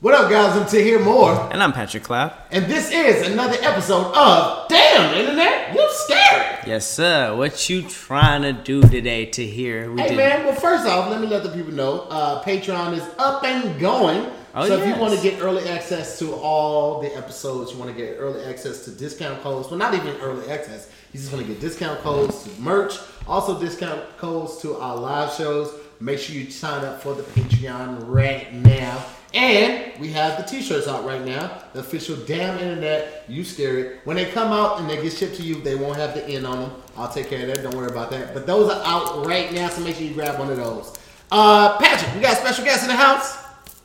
What up, guys? I'm to hear more, And I'm Patrick Clapp. and this is another episode of Damn Internet, you scary. Yes, sir. What you trying to do today to hear? We Hey did- man, well first off, let me let the people know uh, Patreon is up and going. Oh, so if yes. you want to get early access to all the episodes, you want to get early access to discount codes. Well, not even early access. You just want to get discount codes to merch, also discount codes to our live shows. Make sure you sign up for the Patreon right now. And we have the t-shirts out right now. The official damn internet, you scary. When they come out and they get shipped to you, they won't have the end on them. I'll take care of that. Don't worry about that. But those are out right now, so make sure you grab one of those. Uh, Patrick, we got a special guest in the house.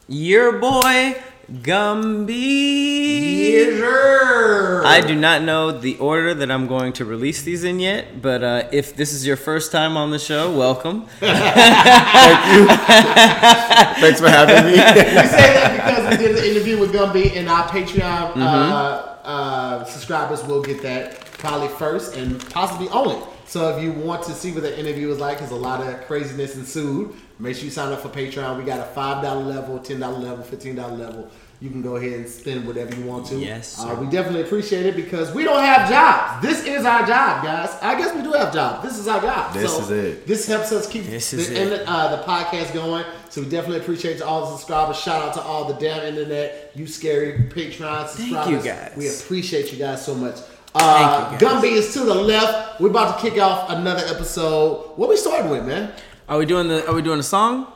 Your boy Gumby. Yes, sir. I do not know the order that I'm going to release these in yet, but uh, if this is your first time on the show, welcome. Thanks for having me. We say that because we did the interview with Gumby, and our Patreon uh, Mm-hmm. uh, subscribers will get that probably first and possibly only. So if you want to see what the interview was like, because a lot of craziness ensued, make sure you sign up for Patreon. We got a five dollar level, ten dollar level, fifteen dollar level. You can go ahead and spend whatever you want to. Yes, Uh, sir. we definitely appreciate it because we don't have jobs. This is our job, guys. I guess we do have jobs. This is our job. This So is it. This helps us keep This the is it. internet uh, the podcast going. So we definitely appreciate all the subscribers. Shout out to all the damn internet, you scary Patreon subscribers. you, guys. We appreciate you guys so much. Uh, Thank you, guys. Gumby is to the left. We're about to kick off another episode. What we started with, man? Are we doing the Are we doing a song?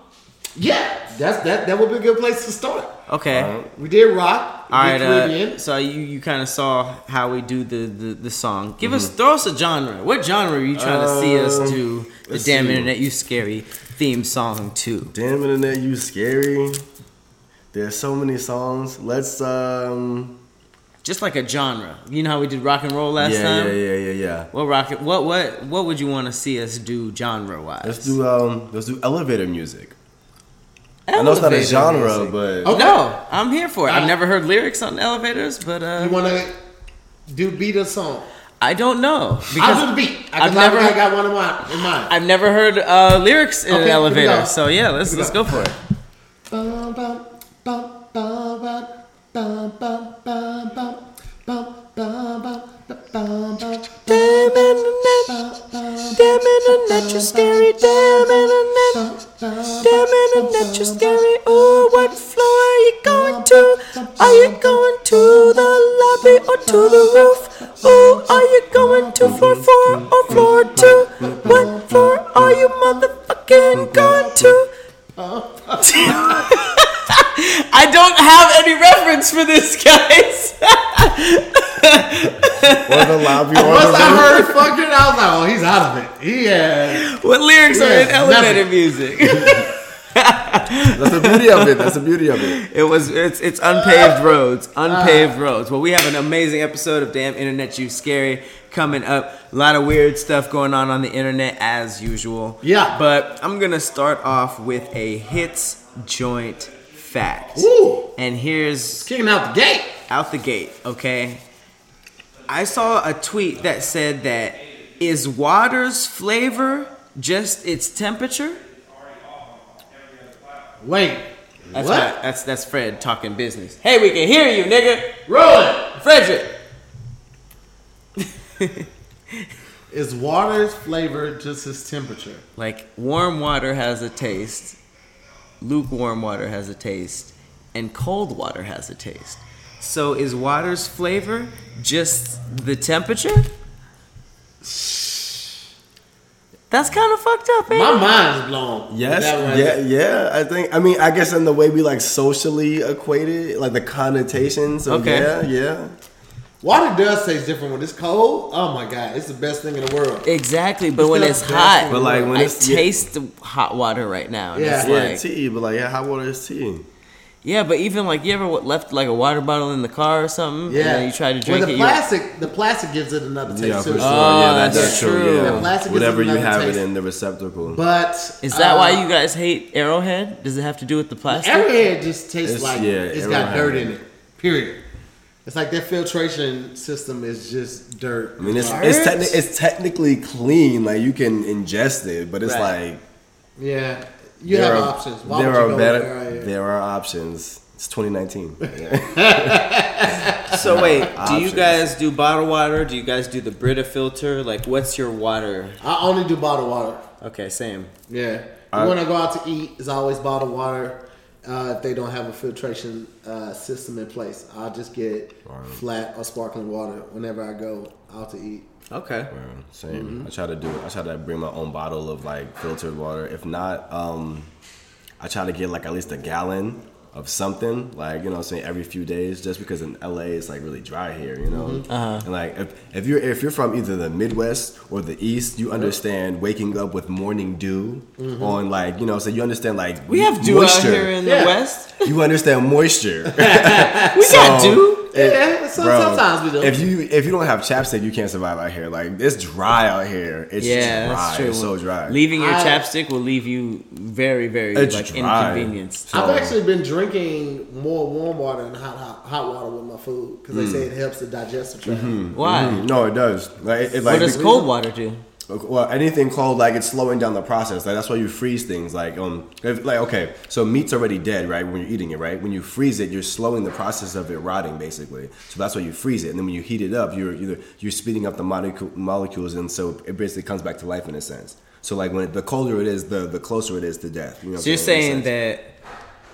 Yeah, that's that. That would be a good place to start. Okay. We did rock. We All right. did Uh, Caribbean. so you, you kind of saw how we do the the, the song. Give us throw us a genre. What genre are you trying to see us Um, do? The let's damn see. internet, you scary theme song too. Damn internet, you scary. There's so many songs. Let's um Just like a genre. You know how we did rock and roll last yeah, time. yeah, yeah, yeah, yeah. What rock? What what what would you want to see us do genre wise? Let's do um let's do elevator music. I know it's not a genre, but Okay. No, I'm here for it. I've Uh, never heard lyrics on elevators, but uh, You want to do beat a song? I don't know I'll do the beat. I I've I've never never- got one in mind. In mind. I've never heard uh, lyrics in Okay, here we an go. elevator. So yeah, let's Here we let's go. go for it. Bum, bum, bum, bum, bum, bum, bum, bum, bum, bum, bum, bum, bum, bum, bum, bum, bum, bum, Damn internet, you scary. Damn internet, bum, bum, damn internet, you scary. Oh, what floor are you going to? Are you going to the lobby or to the roof? Oh, are you going to floor four or floor two? What floor are you motherfucking going to? I don't have any reference for this, guys. or the lobby or Once the I room. heard fucking, I was like, oh, he's out of it. He has. what lyrics are in Yeah, elevator nothing. music? That's the beauty of it. That's the beauty of it. it was it's it's unpaved roads, Uh. unpaved roads. Well, we have an amazing episode of Damn Internet You Scary coming up. A lot of weird stuff going on on the internet as usual. Yeah. but I'm gonna start off with a hits joint fact. Ooh. And here's Kicking out the gate. out the gate, okay? I saw a tweet that said that is water's flavor just its temperature? Wait. That's What? not- that's that's Fred talking business. Hey, we can hear you, nigga. Roll it. Frederick. Is water's flavor just his temperature? Like warm water has a taste, lukewarm water has a taste, and cold water has a taste. So is water's flavor just the temperature? That's kind of fucked up, eh? man. My mind's blown. with Yes. that right Yeah, there. yeah. I think I mean I guess in the way we like socially equate it, like the connotations. So Okay. yeah, yeah. Water does taste different when it's cold. Oh my god, it's the best thing in the world. Exactly, but when not it's bad hot, for But like when I it's yeah, taste the hot water right now. Yeah, Yeah. it's yeah, like, yeah, tea, but like yeah, hot water is tea. but even like you ever wa- left like a water bottle in the car or something, and Yeah, then you try to Well, drink the it. you- plastic, the plastic gives it Uh, another taste Yeah, for too. sure. Oh, yeah, that- that's that's true. true. Yeah, plastic is Yeah. Whatever you another have taste. it in the receptacle. But Is that uh, why you guys hate Arrowhead? Does it have to do with the plastic? Arrowhead just tastes It's- like yeah, it's got Arrowhead. dirt in it. Period. It's like their filtration system is just dirt. I mean, it's Like, it's, techni- it's technically clean. Like you can ingest it, but it's Right. like yeah. You have options. Why there would you are go better. with Arrowhead? There are options. It's 2019. So wait, do you Options. guys do bottled water? Do you guys do the Brita filter? Like, what's your water? I only do bottled water. Okay, same. Yeah. I- when I go out to eat, it's always bottled water. Uh, if they don't have a filtration uh, system in place, I'll just get flat or sparkling water whenever I go out to eat. Okay. Um, Same. I try to do it. I try to bring my own bottle of like filtered water. If not, um, I try to get like at least a gallon of something. Like you know, what I'm saying every few days, just because in LA it's like really dry here. You know, Uh-huh. and like if, if you're if you're from either the Midwest or the East, you understand waking up with morning dew on like you know, so you understand like We have dew out here in Yeah. the West. you understand moisture. We got So- dew. yeah, so, Bro, sometimes we do. If you if you don't have chapstick, you can't survive out here. Like it's dry out here. It's Yeah, dry. that's true. It's so dry. Leaving your I- chapstick will leave you very, very It's like dry. inconvenienced. So- I've actually been drinking more warm water and hot hot, hot water with my food because Hmm. they say it helps the digestive tract. Why? Mm, no, it does. Like, it, it, What like does cold water do? well, anything cold, like it's slowing down the process. Like that's why you freeze things. Like um, if, like okay, so meat's already dead, right? When you're eating it, right? When you freeze it, you're slowing the process of it rotting, basically. So that's why you freeze it, and then when you heat it up, you're either you're speeding up the molecule, molecules, and so it basically comes back to life in a sense. So like when it, the colder it is, the the closer it is to death. You know So you're saying that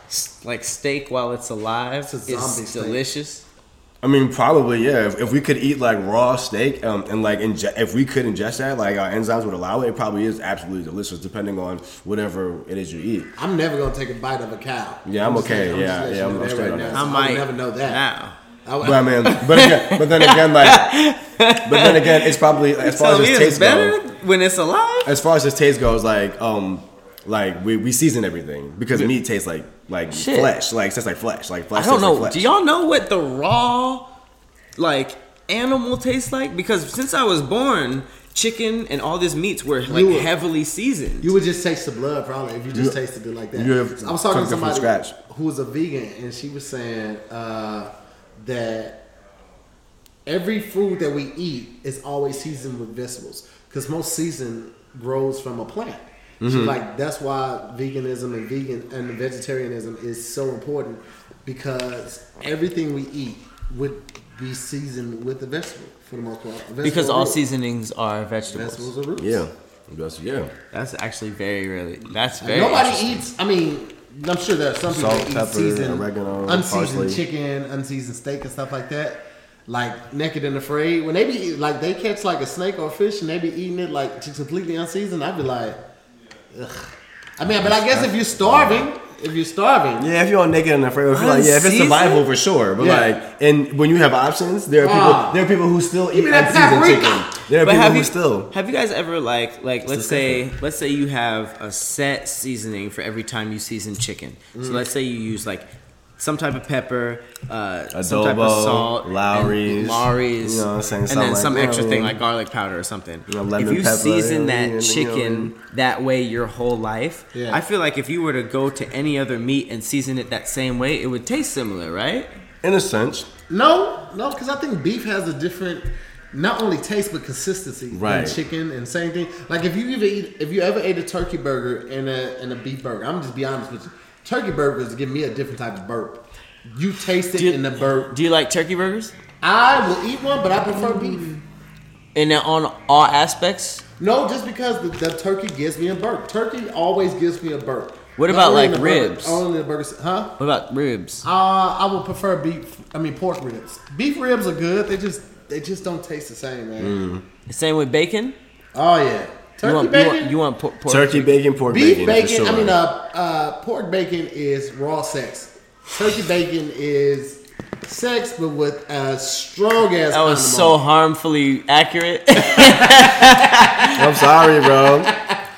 s- like steak while it's alive a zombie is steak. delicious? I mean, probably yeah. If, if we could eat like raw steak, um, and like inge- if we could ingest that, like our enzymes would allow it. It probably is absolutely delicious, depending on whatever it is you eat. I'm never gonna take a bite of a cow. Yeah, I'm just okay. letting- Yeah, just letting yeah, I'm- I'm you know straight that on that. now. I So might would never know that. now. I would- But I mean, but again, but then again, like, but then again, it's probably as far Tell as me its it's taste better goes. when it's alive. As far as its taste goes, like um, like we, we season everything because meat tastes like like Shit. flesh, like tastes like flesh, like flesh. I don't tastes know. Like flesh. Do y'all know what the raw like animal tastes like? Because since I was born, chicken and all these meats were like were- heavily seasoned. You would just taste the blood, probably, if you just You- tasted it like that. you have I was talking cooked to it from somebody scratch. who was a vegan, and she was saying uh, that every food that we eat is always seasoned with vegetables because most season grows from a plant. She's Mm-hmm. like that's why veganism and vegan and vegetarianism is so important because everything we eat would be seasoned with a vegetable for the most part. A vegetable because or all root. seasonings are vegetables. vegetables are roots. Yeah, that's yeah. That's actually very really. That's very. Nobody eats. I mean, I'm sure there are some people Salt, that eat pepper, seasoned, oregano, unseasoned parsley. chicken, unseasoned steak, and stuff like that. Like naked and afraid. When they be eat- like they catch like a snake or a fish and they be eating it like just completely unseasoned, I'd be like, ugh. I mean, but I guess if you're starving, if you're starving, Yeah, if you're all naked and afraid, I feel like yeah, if it's Unseasoned? survival for sure. But Yeah. like, and when you have options, there are people. Ah. There are people who still eat me that unseasoned paprika. chicken. There are But people have who you still. have you guys ever like like let's say disgusting. let's say you have a set seasoning for every time you season chicken. Mm. So let's say you use like some type of pepper, uh, some type of Adobo, salt, and Lowry's, Lowry's, you know what I'm saying, and something then like some that, extra yeah. thing like garlic powder or something. You know, lemon if you pepper, season yeah, that yeah, yeah, chicken that way your whole life, Yeah. I feel like if you were to go to any other meat and season it that same way, it would taste similar, right? In a sense, no, no, because I think beef has a different. Not only taste but consistency Right. than chicken and same thing. Like if you even eat, if you ever ate a turkey burger and a and a beef burger, I'm just be honest with you. Turkey burgers give me a different type of burp. You taste it Do you- in the burp. Do you like turkey burgers? I will eat one, but I prefer beef. And on all aspects. No, just because the, the turkey gives me a burp. Turkey always gives me a burp. What Not about, only in like, the burger- ribs? Only the burgers, huh? What about ribs? Uh, I would prefer beef. I mean, pork ribs. Beef ribs are good. They just they just don't taste the same, man. Same with bacon. Oh yeah, turkey you want, bacon. You want, you want por- pork turkey bacon, pork beef bacon, bacon. for sure. I mean, uh, uh, pork bacon is raw sex. Turkey bacon is sex, but with a strong ass. That was so harmfully accurate. I'm sorry, bro.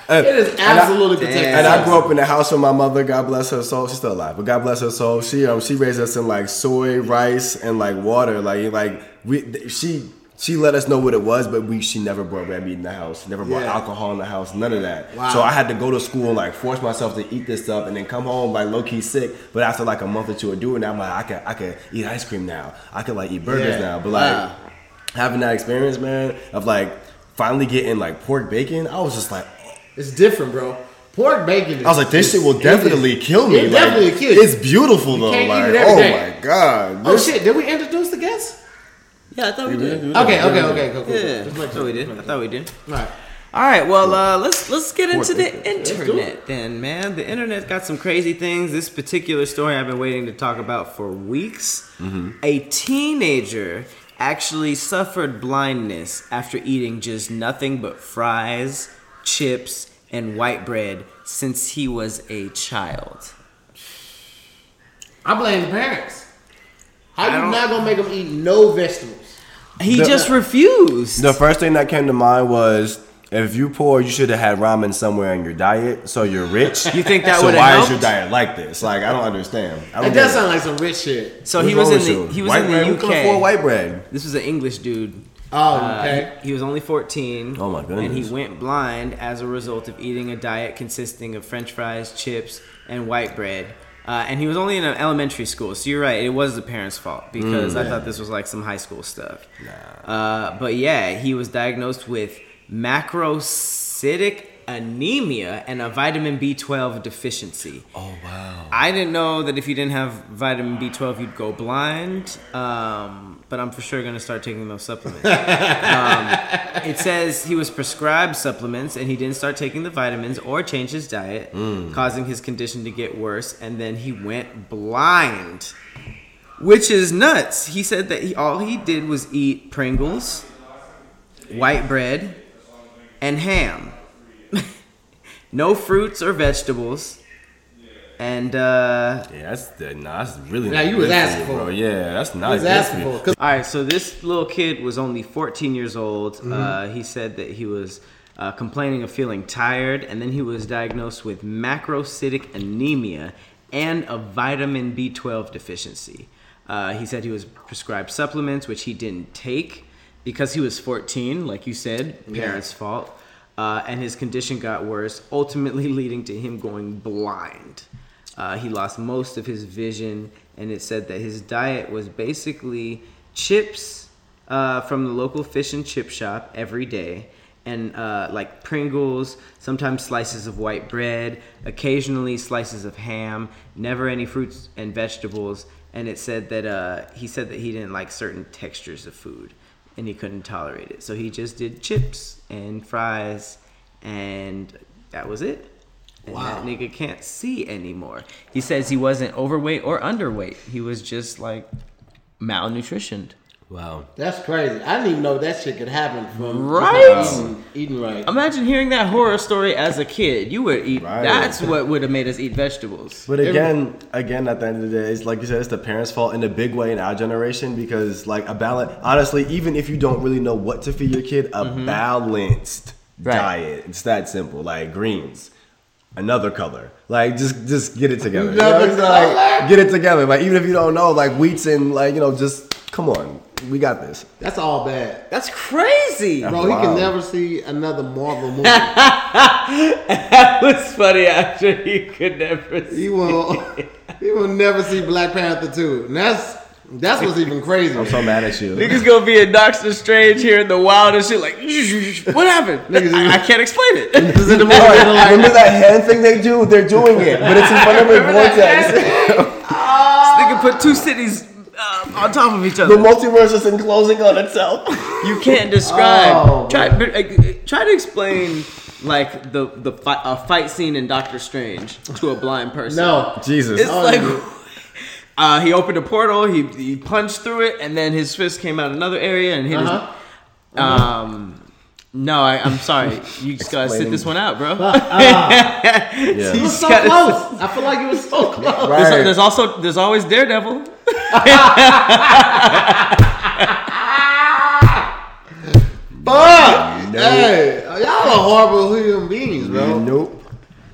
And- It is and I- absolutely protected. And I grew up in the house with my mother. God bless her soul. She's still alive, but God bless her soul. She um she raised us in like soy, rice, and like water. Like like we th- she she let us know what it was, but we she never brought red meat in the house. She never brought Yeah. alcohol in the house. None of that. Wow. So I had to go to school and like force myself to eat this stuff, and then come home like low key sick. But after like a month or two of doing that, I'm like I could I could eat ice cream now. I could like eat burgers Yeah. now. But like Wow. having that experience, man, of like finally getting like pork bacon, I was just like. It's different, bro. Pork bacon. Is, I was like, this is- shit will it definitely is- kill me. It like, definitely kill you. It's beautiful though. can't eat Like, it every oh day. my god. oh This- shit! Did we introduce the guest? Yeah, I thought we did. Okay, okay, okay, cool, cool. Yeah, Just I make thought sure. we did. I thought we did. All right. All right, well, uh, let's let's get into the do internet then, man. The internet got some crazy things. This particular story I've been waiting to talk about for weeks. A teenager actually suffered blindness after eating just nothing but fries, chips, and white bread since he was a child. I blame the parents. How I you don't- not gonna make them eat no vegetables? He The- just refused. The first thing that came to mind was if you poor, you should have had ramen somewhere in your diet, so you're rich. You think that so would've why helped? is your diet like this? Like I don't understand. I don't It get does sound like some rich shit. so he What's was wrong in the with you? he was white in bread. Who the can afford UK. white bread? This was an English dude. Oh, Uh, okay. he, he was only 14. Oh, my And he goodness. went blind as a result of eating a diet consisting of French fries, chips, and white bread. Uh, and he was only in an elementary school, so you're right. It was the parents' fault Mm. because I thought this was like some high school stuff. Uh, but yeah, he was diagnosed with macrocytic anemia and a vitamin B12 deficiency. Oh wow. I didn't know that if you didn't have vitamin B12, you'd go blind. Um, but I'm for sure going to start taking those supplements. um, it says he was prescribed supplements and he didn't start taking the vitamins or change his diet, causing his condition to get worse. And then he went blind, which is nuts. He said that he, all he did was eat Pringles, white bread, and ham. no fruits or vegetables. And uh, Yeah, that's the, nah, that's really. Nah, not you was good for asking for bro. it. Yeah, that's not. I was good for asking you. for it, 'cause All right, so this little kid was only 14 years old. Uh, he said that he was uh, complaining of feeling tired, and then he was diagnosed with macrocytic anemia and a vitamin B12 deficiency. Uh, he said he was prescribed supplements, which he didn't take because he was 14, like you said, parents' fault. Uh, and his condition got worse, ultimately leading to him going blind. Uh, he lost most of his vision, and it said that his diet was basically chips uh, from the local fish and chip shop every day, and uh, like Pringles, sometimes slices of white bread, occasionally slices of ham, never any fruits and vegetables. And it said that uh, he said that he didn't like certain textures of food, and he couldn't tolerate it. So he just did chips and fries, and that was it. And that nigga can't see anymore. He says he wasn't overweight or underweight. He was just like malnutritioned. Wow. That's crazy. I didn't even know that shit could happen from Right? eating, eating right. Imagine hearing that horror story as a kid. You would eat. Right. That's what would have made us eat vegetables. But again, again, at the end of the day, it's like you said, it's the parents' fault in a big way in our generation because, like, a balance. Honestly, even if you don't really know what to feed your kid, a Mm-hmm. balanced Right. diet. It's that simple. Like greens, another color. Like just, just get it together. You know Another what I'm saying? Like, color? get it together. Like even if you don't know, like wheats and like you know, just come on, we got this. That's all bad. That's crazy. Bro, Wow. he can never see another Marvel movie. That was funny. After he could never. See. he will. He will never see Black Panther two. And that's that's what's even crazier. I'm so mad at you. Niggas gonna be in Doctor Strange here in the wild and shit. Like, what happened? Niggas is- I, I can't explain it. This is the movie. All they're right, like, remember that hand thing they do? They're doing it, but it's in front of a vortex. They can put two cities uh, on top of each the other. multiverse is enclosing on itself. You can't describe. Oh, try, but, uh, try to explain like the the fi- a fight scene in Doctor Strange to a blind person. no, Jesus. it's Oh, like yeah. uh, he opened a portal. He he punched through it, and then his fist came out another area and hit Uh-huh. his. Um, no, I, I'm sorry. You just gotta sit Explain. this one out, bro. Yeah. You It was just so gotta- close. I feel like it was so close. Right. There's, there's also there's always Daredevil. Fuck! Nope. Hey, y'all are horrible human beings, bro. Nope.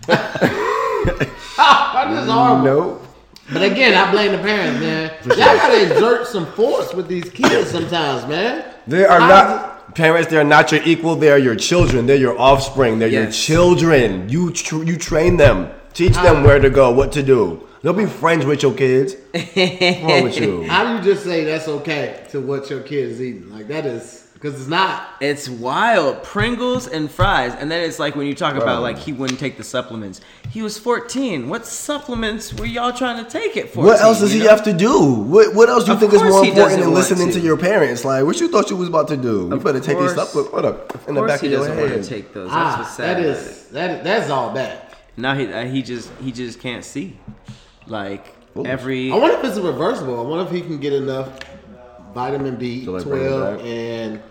I'm just horrible. Nope. But again, I blame the parents, man. Y'all gotta exert some force with these kids sometimes, man. They are How not parents. They are not your equal. They are your children. They're your offspring. They're your Yes. Ah. children. You tr- you train them. Teach them where to go, what to do. Don't be friends with your kids. What's wrong with you? How do you just say that's okay to what your kids eating? Like that is because it's not. It's wild. Pringles and fries. And then it's like when you talk about like he wouldn't take the supplements. He was 14. What supplements were y'all trying to take it for? What else does he have to do? What What else do you Of think is course more he important doesn't than want listening to. to. your parents? Like, what you thought you was about to do? Of you better take these course- stuff up, what up in In the of course back he of your doesn't want head. to take those. That's Ah, what's sad. that about it. is that that's all bad. Now he uh, he just he just can't see. Like Ooh. every I wonder if it's reversible. I wonder if he can get enough vitamin B To, like, bring it twelve back? and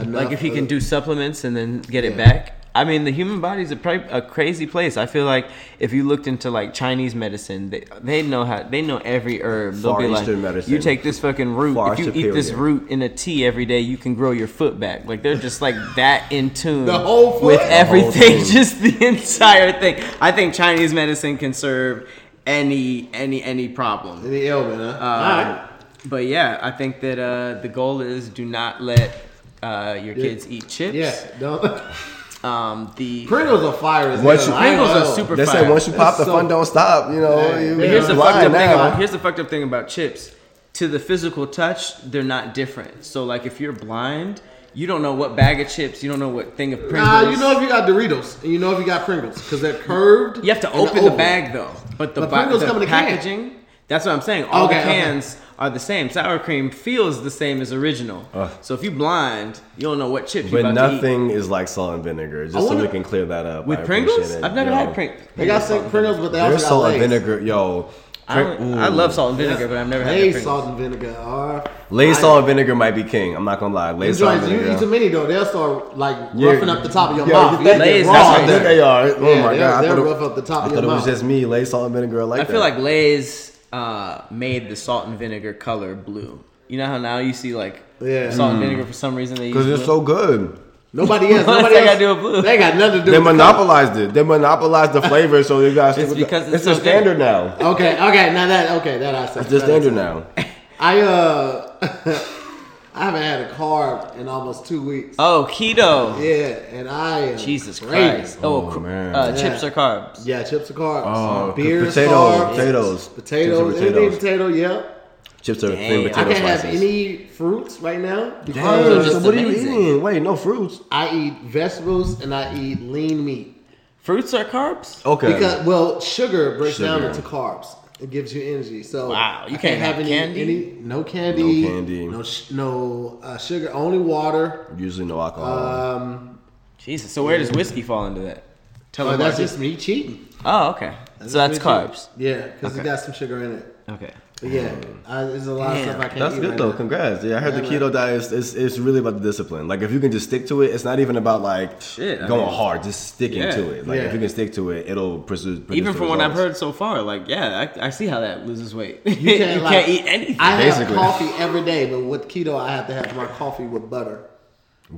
enough like if he of- can do supplements and then get it Yeah. back. I mean, the human body is a, pri- a crazy place. I feel like if you looked into like Chinese medicine, they, they know how they know every herb. They'll Far be like, Eastern medicine. you take this fucking root. Far if you eat this superior. root in a tea every day, you can grow your foot back. Like they're just like that in tune The whole foot? with The whole everything, thing. just the entire thing. I think Chinese medicine can serve any any any problem. any ailment, Uh, huh? all right. Um, But yeah, I think that uh, the goal is do not let uh, your kids eat chips. Yeah, don't. Um, the Pringles are fire as Once hell. you- I ain't Pringles gonna are lie. super- They say fire. once you pop, the That's fun so- don't stop. You know, Man, you, but here's the I'm fucked lying up thing now. about here's the fucked up thing about chips. To the physical touch, they're not different. So like if you're blind, you don't know what bag of chips, you don't know what thing of Pringles. Nah, you know if you got Doritos and you know if you got Pringles because they're curved. You have to and open the oval. bag though. But the, But bo- Pringles the come in a can. packaging. That's what I'm saying. All the Okay, okay. cans are the same. Sour cream feels the same as original. Ugh. So if you blind, you don't know what chips you're But about to eat. nothing is like salt and vinegar. Just so wonder- we can clear that up. I With appreciate Pringles? it, I've never yo. had Pringles. They got sick Pringles, but they also There's got salt and Lay's. vinegar, yo. I, don't- I love salt and Yeah. vinegar, but I've never Lay's had salt and vinegar. Are Lay's salt and vinegar might be king. I'm not gonna lie. Lay's salt and joints. You vinegar. eat too many though, they'll start like Yeah. roughing up the top of your Yo, mouth. you You'll think get Lay's raw not I right there. think they are. Oh Yeah, my they're- god! I they're thought, it, rough up the top I of thought your it was mouth. just me. Lay's salt and vinegar. I like I feel that. like Lay's uh, made the salt and vinegar color blue. You know how now you see like Yeah. salt Hmm. and vinegar for some reason they use because blue? it's so good. Nobody else. What Nobody they else. gotta do with blue? They got nothing to do. They with the monopolized it. They monopolized the flavor, so you guys. It's because it's it's a so good. standard now. color. Okay, okay, now that okay, that I said. It's a that I said. standard now. I uh, I haven't had a carb in almost two weeks. oh keto. Yeah, and I am Jesus craving. Christ. Oh, Oh, cr- man. Uh, Yeah. chips or carbs. Yeah, chips are carbs. Oh, beer is potato- carbs. potatoes. potatoes, Chips are anything potatoes. potato. Yep. Chips are Dang, thin I I potato can't have slices. any fruits right now because Damn, Those are so just what are amazing. you eating? Wait, no fruits. I eat vegetables and I eat lean meat. Fruits are carbs? Oh. Okay. Because well, sugar breaks down Sugar. into carbs. It gives you energy. So Wow, you I can't have any, candy? any no candy, No candy. no sh- no uh, sugar, only water. Usually no alcohol. Um, Jesus. So where does whiskey fall into that? Tell but them that's why- just me cheating. Oh, okay. so that's me cheating. carbs. Yeah, because it Okay. got some sugar in it. Okay. But yeah, I, there's a lot of Damn. stuff I can't That's eat good right though. now. Congrats. Yeah, I heard the Yeah, keto diet is it's, it's really about the discipline. Like if you can just stick to it, it's not even about like Shit, I going mean- hard. Just sticking Yeah. to it. Like Yeah. if you can stick to it, it'll pursue. produce Even the from what I've results. heard so far, like yeah, I, I see how that loses weight. You can't, you like- can't eat anything. I Basically. have coffee every day, but with keto, I have to have my coffee with butter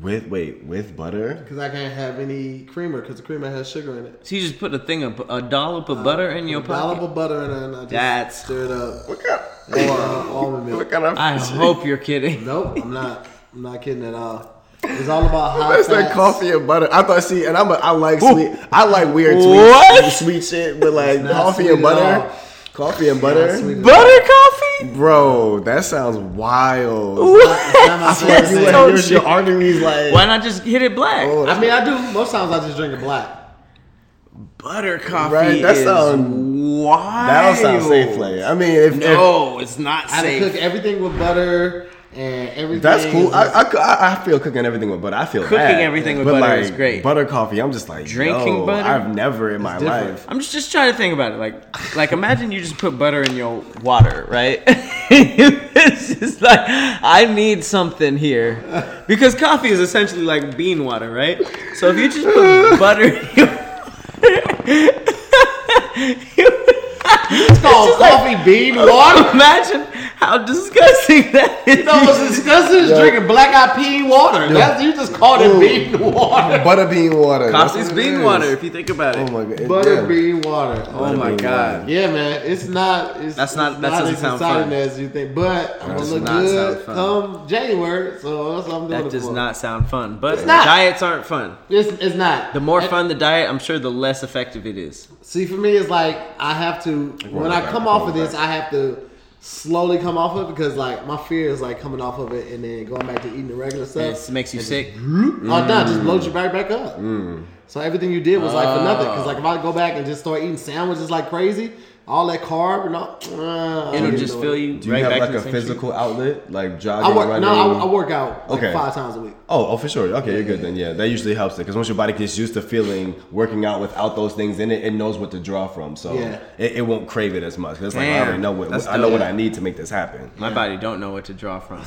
with wait with butter. because I can't have any creamer because the creamer has sugar in it. so you just put a thing of a dollop of butter in your A dollop pocket. of butter in it, and I just That's- stir it up. What kind? Or uh, almond milk. What kind of? I hope you're kidding. Nope, I'm not. I'm not kidding at all. It's all about high That's that fats. coffee and butter. I thought. See, and I'm a, I like sweet. I like weird sweet, What? sweet shit. But like not coffee sweet and at butter, all. coffee and Not sweet butter, at all. Butter coffee? bro. That sounds wild. It's not my favorite You thing. like, your, your arteries like. Why not just hit it black? Oh, I mean, I do. Most times I just drink it black. Butter coffee Right, that is sound- wild. that don't sound safe, play. I mean, if, if No, it's not I done cook safe. everything with butter and everything. That's cool. is I, just- I, cou- I, I feel cooking everything with butter. I feel Cooking bad. everything with But, butter like, is great. Butter coffee. I'm just like Drinking yo, butter? I've never in my different. life. I'm just, just trying to think about it. Like, like imagine you just put butter in your water, right? it's just like I need something here because coffee is essentially like bean water, right? So if you just put butter in your it's called just like- coffee bean water. imagine how disgusting that is. No, what's disgusting is Yo. drinking black eyed pea water. That's, you just called it Ooh. bean water. Butter bean water. That's Coffee's what it bean is. water if you think about Oh it. my god. Butter yeah. bean water. Oh Butter my. bean God. water. Yeah, man, it's not. It's, That's not- It's that doesn't as sound exciting fun. as you think, but I'm gonna does look not good sound fun. come January. So that's what I'm doing. That it does for. not sound fun, but not. diets aren't fun. It's, it's not. The more And- fun the diet, I'm sure the less effective it is. See, for me, it's like I have to when on I back, come come off on of this, I have to slowly come off of it because like my fear is like coming off of it and then going back to eating the regular And stuff. It makes you sick. Oh no, it Mm. just blows you right back up. So everything you did was like Uh. for nothing. Because like if I go back and just start eating sandwiches like crazy, all that carb and all, uh, It'll just fill you Do you right have back like to a the same shit. physical outlet, like jogging, I work. running? No, I, I work out like Okay. five times a week. Oh, oh, for sure. Okay, you're good then. Yeah, that usually helps it because once your body gets used to feeling working out without those things in it, it knows what to draw from. So Yeah. it, it won't crave it as much. 'Cause It's like I Damn, already know what that's I know dope. what I need to make this happen. My body don't know what to draw from.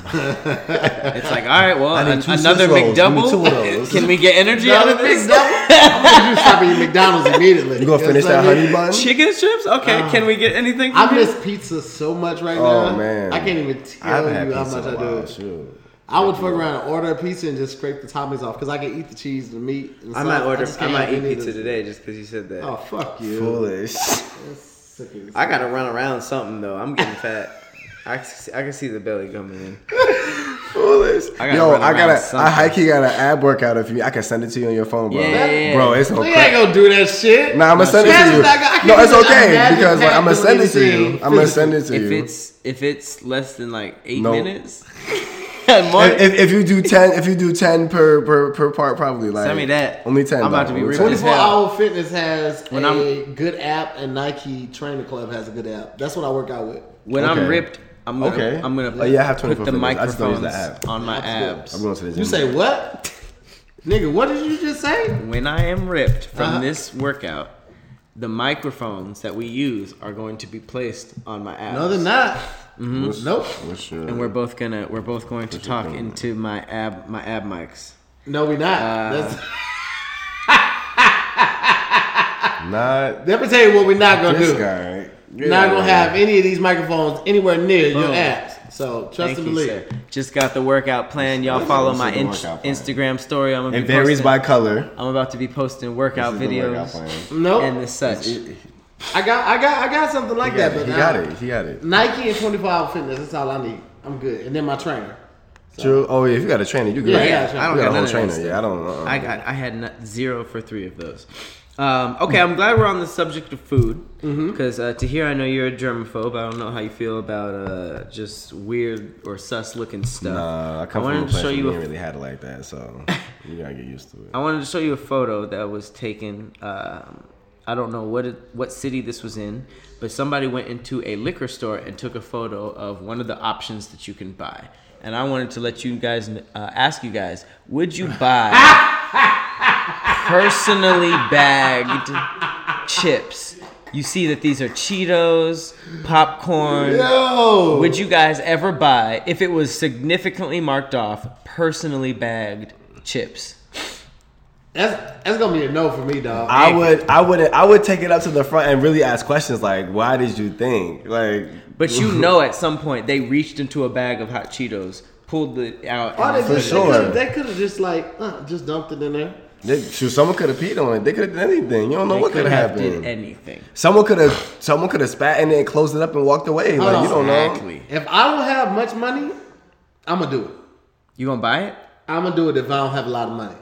it's like, all right, well, need an- two Swiss another rolls. Give me two of McDouble. those. Can we get energy out Another of this? big double. I'm gonna just stop eating McDonald's immediately. You gonna know finish what I'm that honey saying? bun? Chicken strips? Okay, Ah. can we get anything? From I you? miss pizza so much right Oh, now. man. I can't even I tell haven't you had how pizza much in a I do. while. it. Shoot. I would fuck around and order a pizza and just scrape the toppings off because I can eat the cheese, the meat. And I so might order. just I can't might do eat any of pizza this. today just because you said that. Oh fuck you! Foolish. That's sick as- I gotta run around something though. I'm getting fat. I, can see- I can see the belly coming in. Foolish. I gotta Yo, run I around gotta. I something. high key got an ab workout if you. I can send it to you on your phone, bro. Yeah, yeah, yeah. Bro, it's We gonna. ain't gonna do that shit. Nah, I'm gonna send it That's to you. not gonna- I can't No, it's even okay imagine because like, Pat I'm gonna doing send it to you. anything I'm gonna physical. send it to If you. it's if it's less than like eight No. minutes, and more, If, if, if you do ten, if you do ten per per, per part, probably like Send me that. Only ten. I'm about dog, to be only ripped 10. as 24 hell. Hour Fitness has When a I'm- good app, and Nike Trainer Club has a good app. That's what I work out with. when Okay. I'm ripped, I'm gonna, Okay. I'm gonna Oh, yeah, I have put 24 the fingers. I just don't use microphones the app. on my That's good. abs. I'm going to the gym. You Mm. say what? Nigga, what did you just say? When I am ripped from Uh-huh. this workout, the microphones that we use are going to be placed on my abs. No, they're not. What's- Mm-hmm. Nope. what's your- And we're both gonna we're both going to talk into my ab my ab mics. No, we're not. Uh, That's, not let me tell you what we're not gonna this do. guy. We're Not gonna have any of these microphones anywhere near your Boom. abs. So trust Thank and you, believe. sir. Just got the workout plan. Y'all Listen, follow listen my to the in- workout plan. Instagram story. I'm gonna It be varies posting- by color. I'm about to be posting This workout is the workout videos plan. Nope. and the such. He I got, I got, I got something like got that. it. But He I- got it. He got it. Nike and 24 Hour Fitness. That's all I need. I'm good. And then my trainer. True. Oh, yeah. If you got a trainer, you good. Yeah, I got a trainer. I don't got You got a none whole of that trainer. stuff. Yeah, I don't. Uh, I got I had not, zero for three of those. Um, okay, I'm glad we're on the subject of food Mm-hmm. because uh, to hear I know you're a germaphobe. I don't know how you feel about uh, just weird or sus looking stuff. Nah, I I come wanted from uh, a to place show where you you a- ain't really had it like that, so you gotta get used to it. I wanted to show you a photo that was taken. Um, I don't know what it, what city this was in, but somebody went into a liquor store and took a photo of one of the options that you can buy. And I wanted to let you guys kn- uh, ask you guys: Would you buy personally bagged chips? You see that these are Cheetos, popcorn. Yo. Would you guys ever buy if it was significantly marked off personally bagged chips? That's that's gonna be a no for me, dog. I would, I would, I would take it up to the front and really ask questions like, "Why did you think?" Like, But you know, at some point, they reached into a bag of hot Cheetos, pulled it out. Or and- they For could, sure. They could have just like uh, just dumped it in there. they, shoot, someone could have peed on it. They could have done anything. You don't know they what could could have have happened. did anything. Someone could have someone could have spat in it and closed it up and walked away. Hold Like on. you don't know. Exactly. If I don't have much money, I'm gonna do it. You gonna buy it? I'm gonna do it if I don't have a lot of money.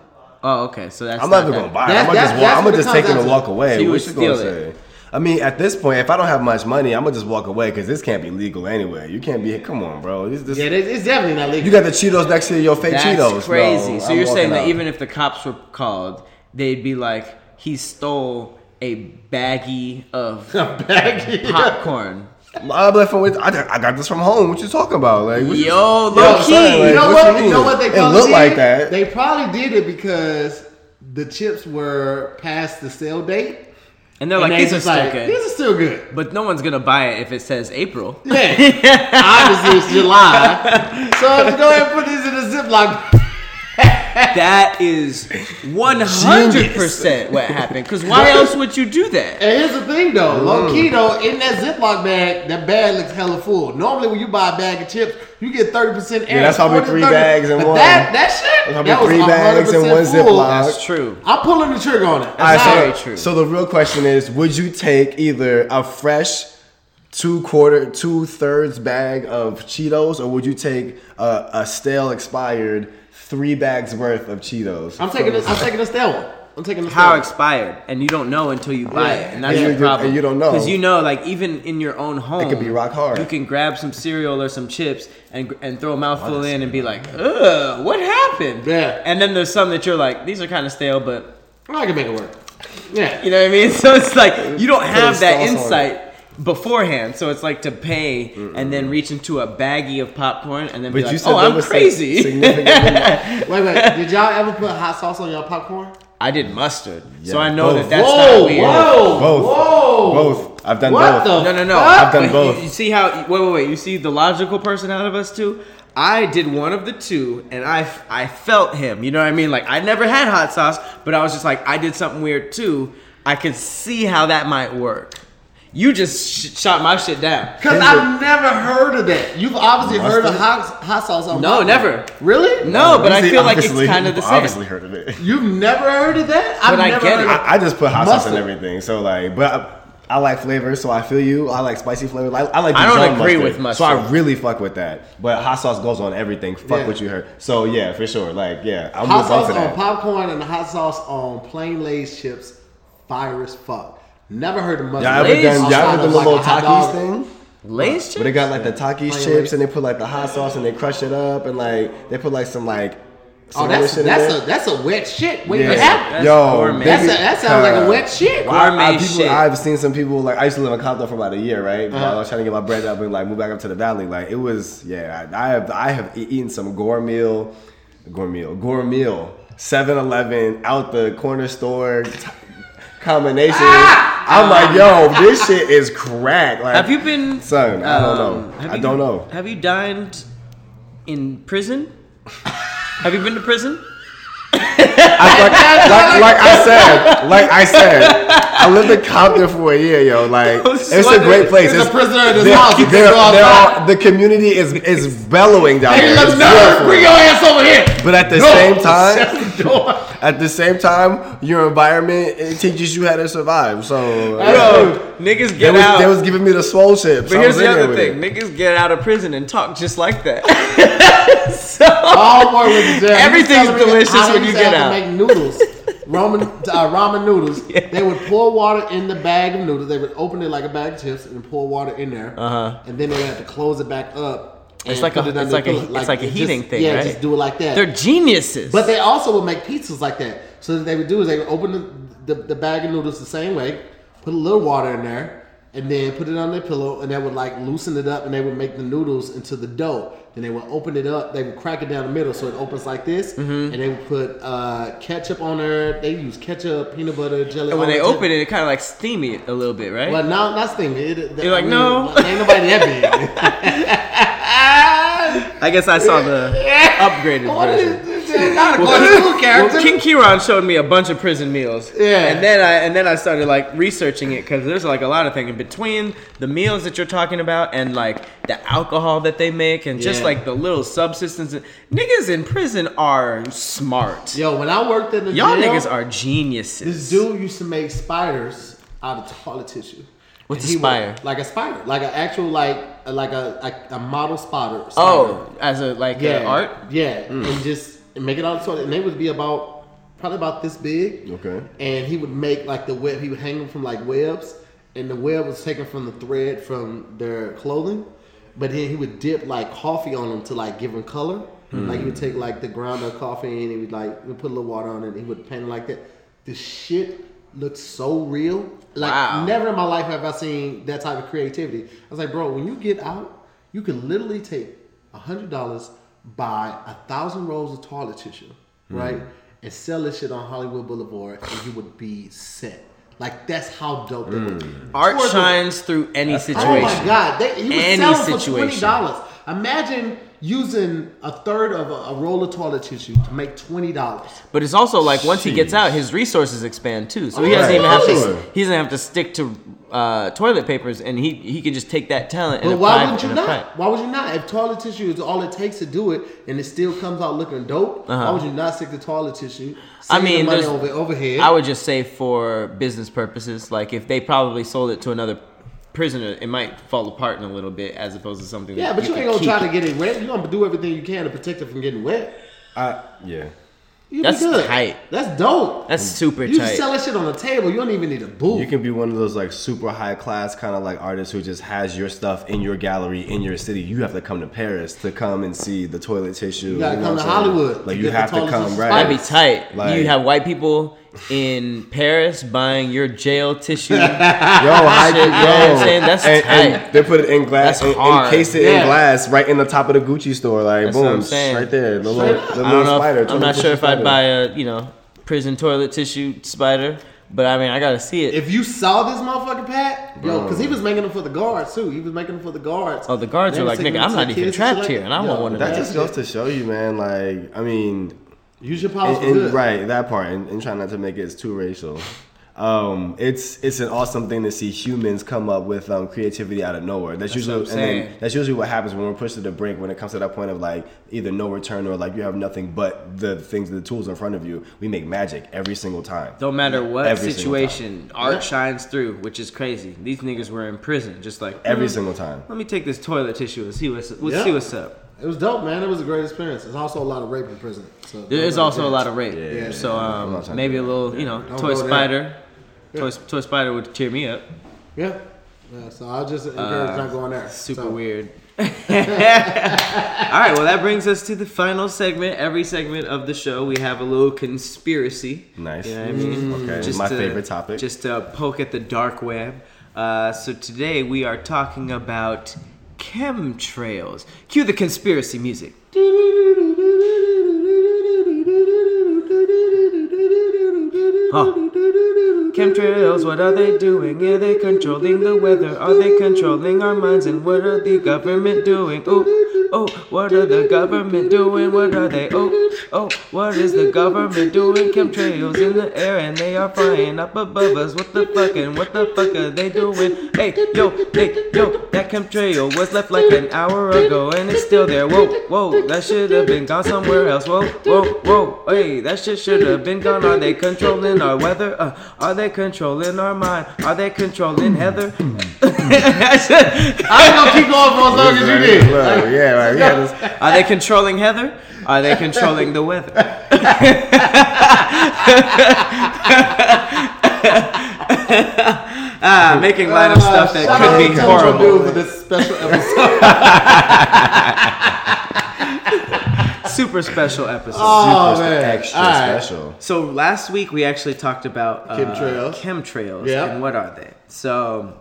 Oh, okay. So that's I'm not even that gonna buy it. That's- I'm gonna that's- just that's walk, I'm what gonna just it take comes it and down walk to. away. So you what would you gonna steal say? it. I mean, at this point, if I don't have much money, I'm gonna just walk away because this can't be legal anyway. You can't be. Come on, bro. This, this, Yeah, it's, it's definitely not legal. you got the Cheetos next to your fake That's Cheetos. crazy. No, so I'm you're saying walking that out. even if the cops were called, they'd be like, he stole a baggie of a baggie. popcorn. I'm like, from where- I, I got this from home. What you talking about? Like, what you- Yo, Yo, low son, key. like, you know what what? you You, mean? know what they It probably looked did? like that. They probably did it because the chips were past the sale date. And they're And like, they these are just still like, These good. are still good. But no one's gonna buy it if it says April. Yeah. Obviously it's July. So I'm gonna go ahead and put these in a Ziploc. That is 100% what happened. Because why else would you do that? And here's the thing though, Mm. low key though, in that Ziploc bag, that bag looks hella full. Normally when you buy a bag of chips, you get 30% air. Yeah, that's probably 40, three 30. bags in But one. That, that shit? Probably That was three bags in 100% one full. Ziploc. That's true. I'm pulling the trigger on it. All right, That's so, how- Very true. So the real question is, would you take either a fresh two quarter, two thirds bag of Cheetos, or would you take a, a stale expired three bags worth of Cheetos? I'm taking this. I'm taking a stale one. I'm taking the how store. expired, and you don't know until you buy it, and that's And your you- problem. and you don't know. because you know, like even in your own home, could be rock hard. You can grab some cereal or some chips and and throw a mouthful in and be like, "Ugh, what happened?" Yeah. and then there's some that you're like, "These are kind of stale," but I can make it work. Yeah. you know what I mean. So it's like you don't have a that sauce on insight. Beforehand, so it's like to pay and then reach into a baggie of popcorn and then be But like, you said "Oh, that I'm was sig- crazy." significantly- Wait, wait. Did y'all ever put hot sauce on y'all popcorn? I did mustard, so Yeah. Oh, I know Both. that that's not weird. whoa, Both. whoa. Both. I've done What both. the- No, no, no. I've done But both. You, you see how? Wait, wait, wait. You see the logical person out of us too. I did one of the two, and I I felt him. You know what I mean? Like I never had hot sauce, but I was just like I did something weird too. I could see how that might work. You just sh- shot my shit down. Because I've never heard of that. You've obviously heard of Mustard? hot, hot sauce on No, popcorn. never. Really? No, but I Obviously- feel like it's obviously- kind of the you've same. Obviously heard of it. You've never heard of that? I've But I never get heard it. of I, I just put hot sauce in Mustard. everything. So like, but I, I like flavors, so I feel you. I like spicy flavors. I, I like. I don't Dijon agree mustard, with mustard. so I really fuck with that. But hot sauce goes on everything. Fuck Yeah. what you heard. So yeah, for sure. Like yeah, I'm Hot with both sauce of on that. popcorn and hot sauce on plain Lay's chips, fire as fuck. Never heard of mustard. Y'all ever Lay's done? Y'all outside ever of done the like a little hot Takis dog. thing? Lay's But they chips. got like the Takis Plain chips, Lay's. and they put like the hot sauce, and they crush it up, and like they put like some like. Oh, some other that's shit in that's there. a that's a wet shit. Wait, Yeah. what happened? That's Yo, gourmet. That's a, baby, that sounds like a uh, wet shit. Wow. Gourmet I, people, shit. I've seen some people like I used to live in Compton for about a year, right? While Uh-huh. I was trying to get my bread up and like move back up to the valley. Like it was, yeah. I, I have I have e- eaten some gourmet, gourmet, gourmet, 7-Eleven out the corner store t- combination. Ah! I'm like, yo, this shit is crack. Like, Have you been? son? I don't um, know. have I you- don't know. Have you dined in prison? have you been to prison? I- like, like, like I said, like I said, I lived in Compton for a year, yo. Like I was just it's a wondering, great place. there's a It's- prisoner in his they're- house, you can they're- go they're outside. all- the community is is bellowing down Hey, there. look, It's nerd, beautiful. bring your ass over here. But at the No, same time, shut the door. at the same time, your environment it teaches you how to survive. So Yo, niggas they get was, out. they was giving me the swole chips. But I here's was the in there other with thing: it. niggas get out of prison and talk just like that. so All more with the jam. You Everything's telling me delicious I when you used to get have to out. Make noodles, Roman uh, ramen noodles. They would pour water in the bag of noodles. They would open it like a bag of chips and pour water in there. Uh-huh. And then they would have to close it back up. It's and like put a- it under it's like a- the pillow. it's like a it just- heating thing, Yeah, right? just do it like that. they're geniuses. But they also would make pizzas like that. So what they would do is they would open the, the, the bag of noodles the same way, put a little water in there, and then put it on their pillow, and they would like loosen it up, and they would make the noodles into the dough. Then they would open it up, they would crack it down the middle, so it opens like this, and Mm-hmm. they would put uh, ketchup on there. They use ketchup, peanut butter, jelly. and when they open it, it, it kind of like steamy it a little bit, right? well, now that's the thing. It, it- You're like, no. ain't nobody that I guess I saw the big. upgraded what version. is this? It's Not a Corey School character. Well, King Kiron showed me a bunch of prison meals. Yeah. And then I and then I started like researching it because there's like a lot of things in between the meals that you're talking about and like the alcohol that they make and just Yeah. like the little subsistence. Niggas in prison are smart. Yo, when I worked in the Y'all jail, niggas are This geniuses. dude used to make spiders out of toilet tissue. What's And a he would- spider? like a spider, like an actual like like a like a model spotter. spider. Oh, Hmm. as a like uh, yeah, art. yeah, and just make it out of toilet, and they would be about probably about this big. Okay. and he would make like the web. He would hang them from like webs, and the web was taken from the thread from their clothing. But then he would dip like coffee on them to like give them color. Like he would take like the ground up coffee and he would like he would put a little water on it. and He would paint it like that. The shit looked so real. Like Wow. never in my life have I seen that type of creativity. I was like, bro, when you get out, you can literally take a hundred dollars, buy a thousand rolls of toilet tissue, Hmm. right, and sell this shit on Hollywood Boulevard, and you would be set. Like that's how dope they were. Art Towards the- shines through any Hmm. situation. Oh my god, they, he was Any selling for situation. twenty dollars. Imagine using a third of a, a roll of toilet tissue to make twenty dollars. But it's also like once he gets out, his resources expand too. So he Right, doesn't even have sure. to. He doesn't have to stick to uh, toilet papers, and he he can just take that talent. And But why apply- would you and not? apply it. Why would you not? If toilet tissue is all it takes to do it, and it still comes out looking dope, why would you not stick to toilet tissue? Uh-huh. I Save the mean, money there's- over overhead. I would just say for business purposes, like if they probably sold it to another prisoner, it might fall apart in a little bit as opposed to something. yeah, that but you, could ain't gonna keep. try to get it wet. You are gonna do everything you can to protect it from getting wet. I, yeah. You That's be good. tight. That's dope. That's super you tight. just sell that shit on the table. You don't even need a booth. You can be one of those like super high class kind of like artists who just has your stuff in your gallery in your city. You have to come to Paris to come and see the toilet tissue. You gotta know come what to I'm saying? Hollywood to Like you get the have to toilet come tissue right. That'd be tight. Like- you have white people in Paris buying your jail tissue. yeah, Yo, hype shit, it, you know what I'm yo. saying? That's and, and tight. they put it in glass, That's and hard. encased it Yeah. in glass, right in the top of the Gucci store. Like That's boom, what I'm saying. right there. The Straight little, up. the I little don't know. spider. If, I'm toilet not tissue sure if I'd spider. buy a you know prison toilet tissue spider, but I mean I gotta see it. If you saw this motherfucker, Pat, yo, because he was making them for the guards too. He was making them for the guards. Oh, the guards They are were like, sending nigga, them I'm to not the even kids and trapped shit like here, and I want one of That those. just goes to show you, man. Like I mean, Use your powers for And- and- good. right that part and, and trying not to make it too racial um, it's it's an awesome thing to see humans come up with um, creativity out of nowhere. That's, usually what I'm and then saying. that's usually what happens when we're pushed to the brink when it comes to that point of like either no return or like you have nothing but the things the tools in front of you. We make magic every single time. Don't matter what Every single situation, art shines through, which is crazy. These niggas were in prison, just like Every "Mm, single time. Let me take this toilet tissue and see what's let's Yeah. see what's up. It was dope, man. It was a great experience. There's also a lot of rape in prison. So There is also a lot of rape, Yeah, so yeah, yeah. I'm um, not trying to maybe do a that. little, you know, Don't toy go there. spider, Yeah. toy, toy spider would cheer me up. Yeah. yeah. So I'll just encourage not going there. Uh, Super So- weird. All right, well that brings us to the final segment. Every segment of the show, we have a little conspiracy. Nice. Mm. You know what I mean? Okay, my favorite topic. Just to poke at the dark web. Uh, so today we are talking about chemtrails. Cue the conspiracy music. Huh. Chemtrails, what are they doing? Are they controlling the weather? Are they controlling our minds? And what are the government doing? Oh, oh, what are the government doing? What are they? Oh, oh, what is the government doing? Chemtrails in the air and they are flying up above us. What the fuck and what the fuck are they doing? Hey, yo, hey, yo, that chemtrail was left like an hour ago and it's still there. Whoa, whoa, that should have been gone somewhere else. Whoa, whoa, whoa, hey, that shit should have been gone. Are they controlling our weather? Uh, are they controlling our mind? Are they controlling Heather? I ain't gonna keep going for as long as you did. Look, yeah, right. We had this, Are they controlling Heather? Are they controlling the weather? ah, making light of stuff that Uh, Shout out could to be Central horrible. Dude for this special episode. Super special episode. Oh, super man. extra All right. special. So last week we actually talked about uh, Chemtrails. chemtrails Yeah. Mm-hmm. and what are they? So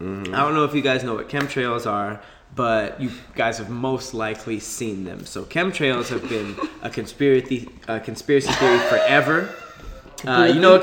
I don't know if you guys know what chemtrails are, but you guys have most likely seen them. So chemtrails have been a conspiracy a conspiracy theory forever. Uh, you know what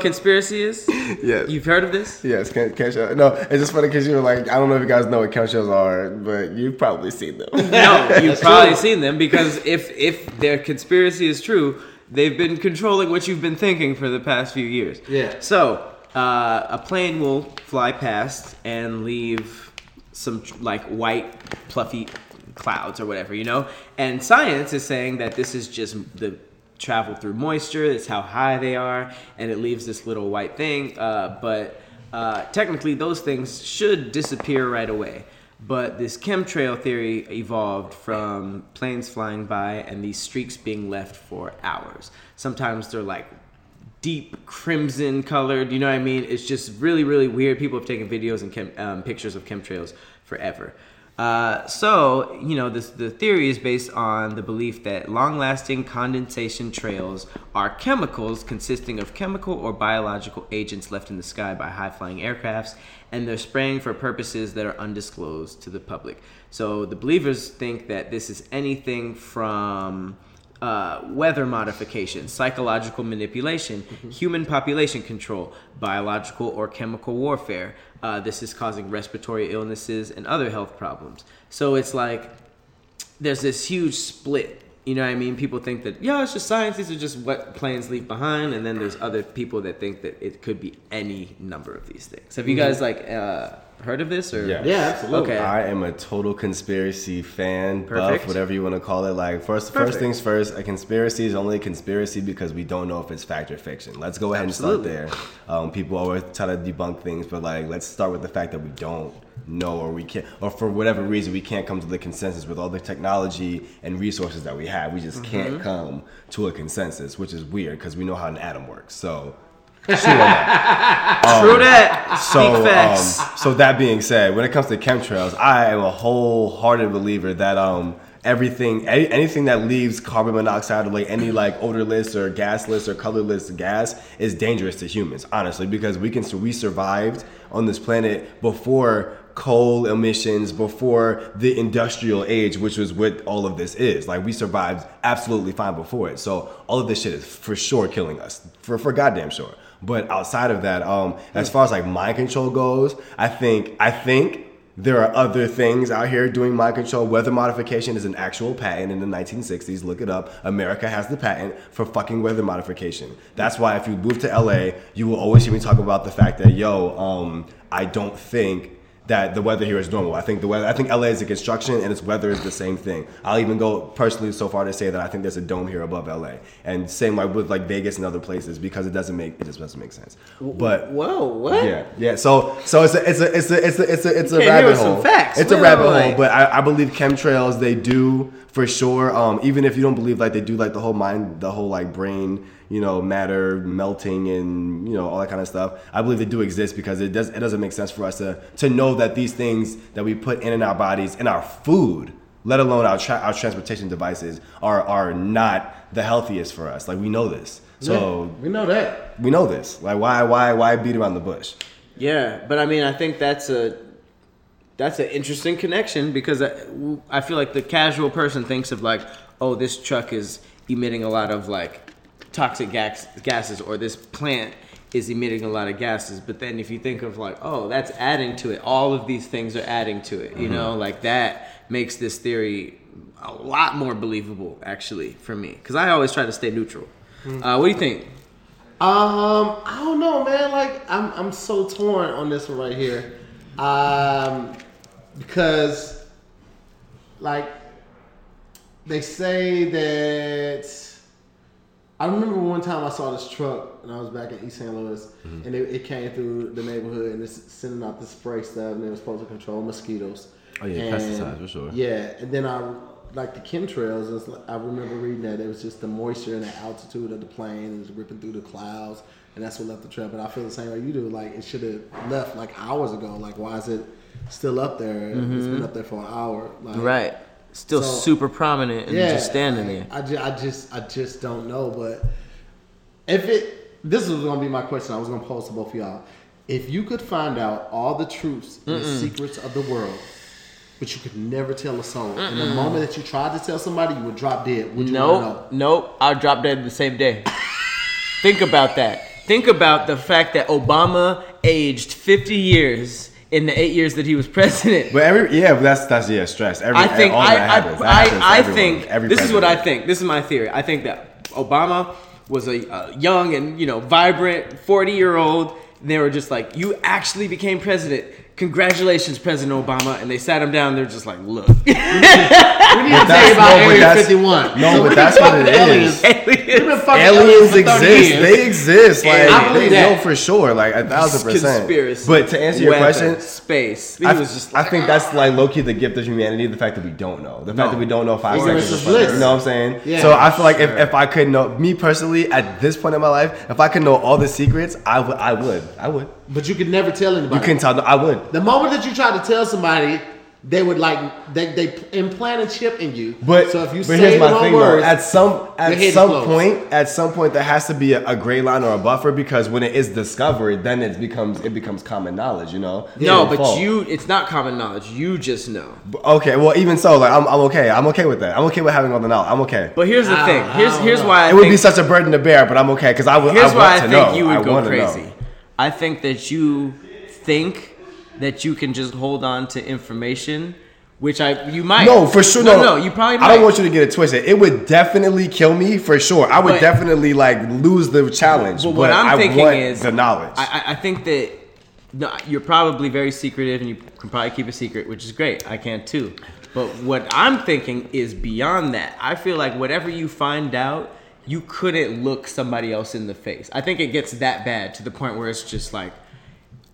conspiracy is? Yes. You've heard of this? Yes, can, can show. No, it's just funny because you were like, I don't know if you guys know what count shows are, but you've probably seen them. No, you've probably seen them because if if their conspiracy is true, they've been controlling what you've been thinking for the past few years. Yeah. So uh, a plane will fly past and leave some like white fluffy clouds or whatever, you know. And science is saying that this is just the travel through moisture. It's how high they are, and it leaves this little white thing. Uh, but uh, technically, those things should disappear right away. But this chemtrail theory evolved from planes flying by and these streaks being left for hours. Sometimes they're like deep crimson colored. You know what I mean? It's just really, really weird. People have taken videos and chem, um, pictures of chemtrails forever. Uh, so you know this, the theory is based on the belief that long-lasting condensation trails are chemicals consisting of chemical or biological agents left in the sky by high-flying aircrafts and they're spraying for purposes that are undisclosed to the public so the believers think that this is anything from uh, weather modification, psychological manipulation, human population control, biological or chemical warfare. Uh, this is causing respiratory illnesses and other health problems. So it's like there's this huge split. You know what I mean? People think that, yeah, it's just science. These are just what planes leave behind. And then there's other people that think that it could be any number of these things. Have you guys, like, uh, heard of this? Or Yeah. Yeah, absolutely. Okay. I am a total conspiracy fan, Perfect. buff, whatever you want to call it. Like first, Perfect. first things first, a conspiracy is only a conspiracy because we don't know if it's fact or fiction. Let's go ahead Absolutely. and start there. Um, people always try to debunk things, but like let's start with the fact that we don't no or we can't or for whatever reason we can't come to the consensus with all the technology and resources that we have we Mm-hmm. just can't come to a consensus which is weird because we know how an atom works so true or not. True that. so Big um, facts. so that being said when it comes to chemtrails i am a wholehearted believer that um everything any, anything that leaves carbon monoxide or like any like odorless or gasless or colorless gas is dangerous to humans honestly because we can we survived on this planet before coal emissions before the industrial age which was what all of this is like we survived absolutely fine before it so all of this shit is for sure killing us for for goddamn sure but outside of that um as far as like mind control goes i think i think there are other things out here doing mind control. Weather modification is an actual patent in the 1960s. Look it up. America has the patent for fucking weather modification. That's why if you move to LA, you will always hear me talk about the fact that yo, um, I don't think that the weather here is normal. I think the weather. I think LA is a construction, and its weather is the same thing. I'll even go personally so far to say that I think there's a dome here above LA, and same like with like Vegas and other places because it doesn't make it just doesn't make sense. But Whoa, what? yeah, yeah. So, so it's a, it's a, it's a, it's a, it's a, it's a Okay, here rabbit are some hole. facts. It's a Wait, rabbit wait, wait. hole, but I, I believe chemtrails they do for sure. Um, even if you don't believe, like they do, like the whole mind, the whole like brain, you know, matter melting and you know all that kind of stuff. I believe they do exist because it does. It doesn't make sense for us to to know that these things that we put in in our bodies in our food. Let alone our tra- our transportation devices are are not the healthiest for us. Like we know this, so we know that. we know this. Like why why why beat around the bush? Yeah, but I mean, I think that's a that's an interesting connection because I, I feel like the casual person thinks of like, oh, this truck is emitting a lot of like toxic gas, gases, or this plant is emitting a lot of gases. But then if you think of like, oh, that's adding to it. All of these things are adding to it. You know, like that makes this theory a lot more believable actually for me because I always try to stay neutral. Uh, what do you think? Um, I don't know, man. Like, I'm I'm so torn on this one right here, um, because like they say that. I remember one time I saw this truck and I was back in East St. Louis Mm-hmm. and it, it came through the neighborhood and it's sending out the spray stuff and it was supposed to control mosquitoes. Oh, yeah, And- pesticides, for sure. Yeah, and then I like the chemtrails. It's like, I remember reading that it was just the moisture and the altitude of the plane and it was ripping through the clouds and that's what left the trail. But I feel the same way you do. Like it should have left like hours ago. Like why is it still up there? It's been up there for an hour. Like, Right, still So- super prominent and just standing there. I, ju- I just, I just don't know. But if it, this was gonna be my question. I was gonna pose to both of y'all. If you could find out all the truths and the secrets of the world, but you could never tell a soul, and the moment that you tried to tell somebody, you would drop dead. Would you wanna know? Nope, nope. I dropped dead the same day. Think about that. Think about the fact that Obama aged 50 years in the eight years that he was president. But every yeah, but that's that's yeah, stress. Every, I think. all I, that I, happens. That happens to I, I everyone, think. every this is what I president. think. This is my theory. I think that Obama was a, a young and you know vibrant 40 year old. And they were just like, "You actually became president. Congratulations, President Obama." And they sat him down. They're just like, "Look." We need to tell that's- you about no, but Area that's- 51. no, but we that's fuck what it with is. We've been fucking Aliens for 30 exist. years. They exist. Like I believe they that. know for sure. Like a thousand percent. Conspiracy. But to answer your weather, question, space. He I, was just "Ah." I think that's like low key the gift of humanity, the fact that we don't know. The fact that we don't know five Ignorance seconds. is is like- bliss. You know what I'm saying? Yeah. so I feel like if, if I could know me personally at this point in my life, if I could know all the secrets, I would I would. I would. But you could never tell anybody. You can tell I would. The moment that you try to tell somebody, they would like they they implant a chip in you. But so if you but say here's the my wrong thing words, though. At some your at head is some closed. point, at some point, there has to be a, a gray line or a buffer because when it is discovered, then it becomes it becomes common knowledge. You know. no, True or but false. you. It's not common knowledge. You just know. Okay, well, even so, like I'm, I'm okay. I'm okay with that. I'm okay with having all the knowledge. I'm okay. But here's the I thing. don't- I Here's don't here's know. why I it would be think- such a burden to bear, but I'm okay because I would. here's I want why I to think know. you would I go wanna know. crazy. I think that you think that you can just hold on to information, which I you might. No, for sure. No, No, no, you probably. Might. I don't want you to get it twisted. It would definitely kill me for sure. I would But- definitely like lose the challenge. But what I'm I thinking want is the knowledge. I, I- I think that no, you're probably very secretive, and you can probably keep a secret, which is great. I can too. But what I'm thinking is beyond that. I feel like whatever you find out, you couldn't look somebody else in the face. I think it gets that bad to the point where it's just like,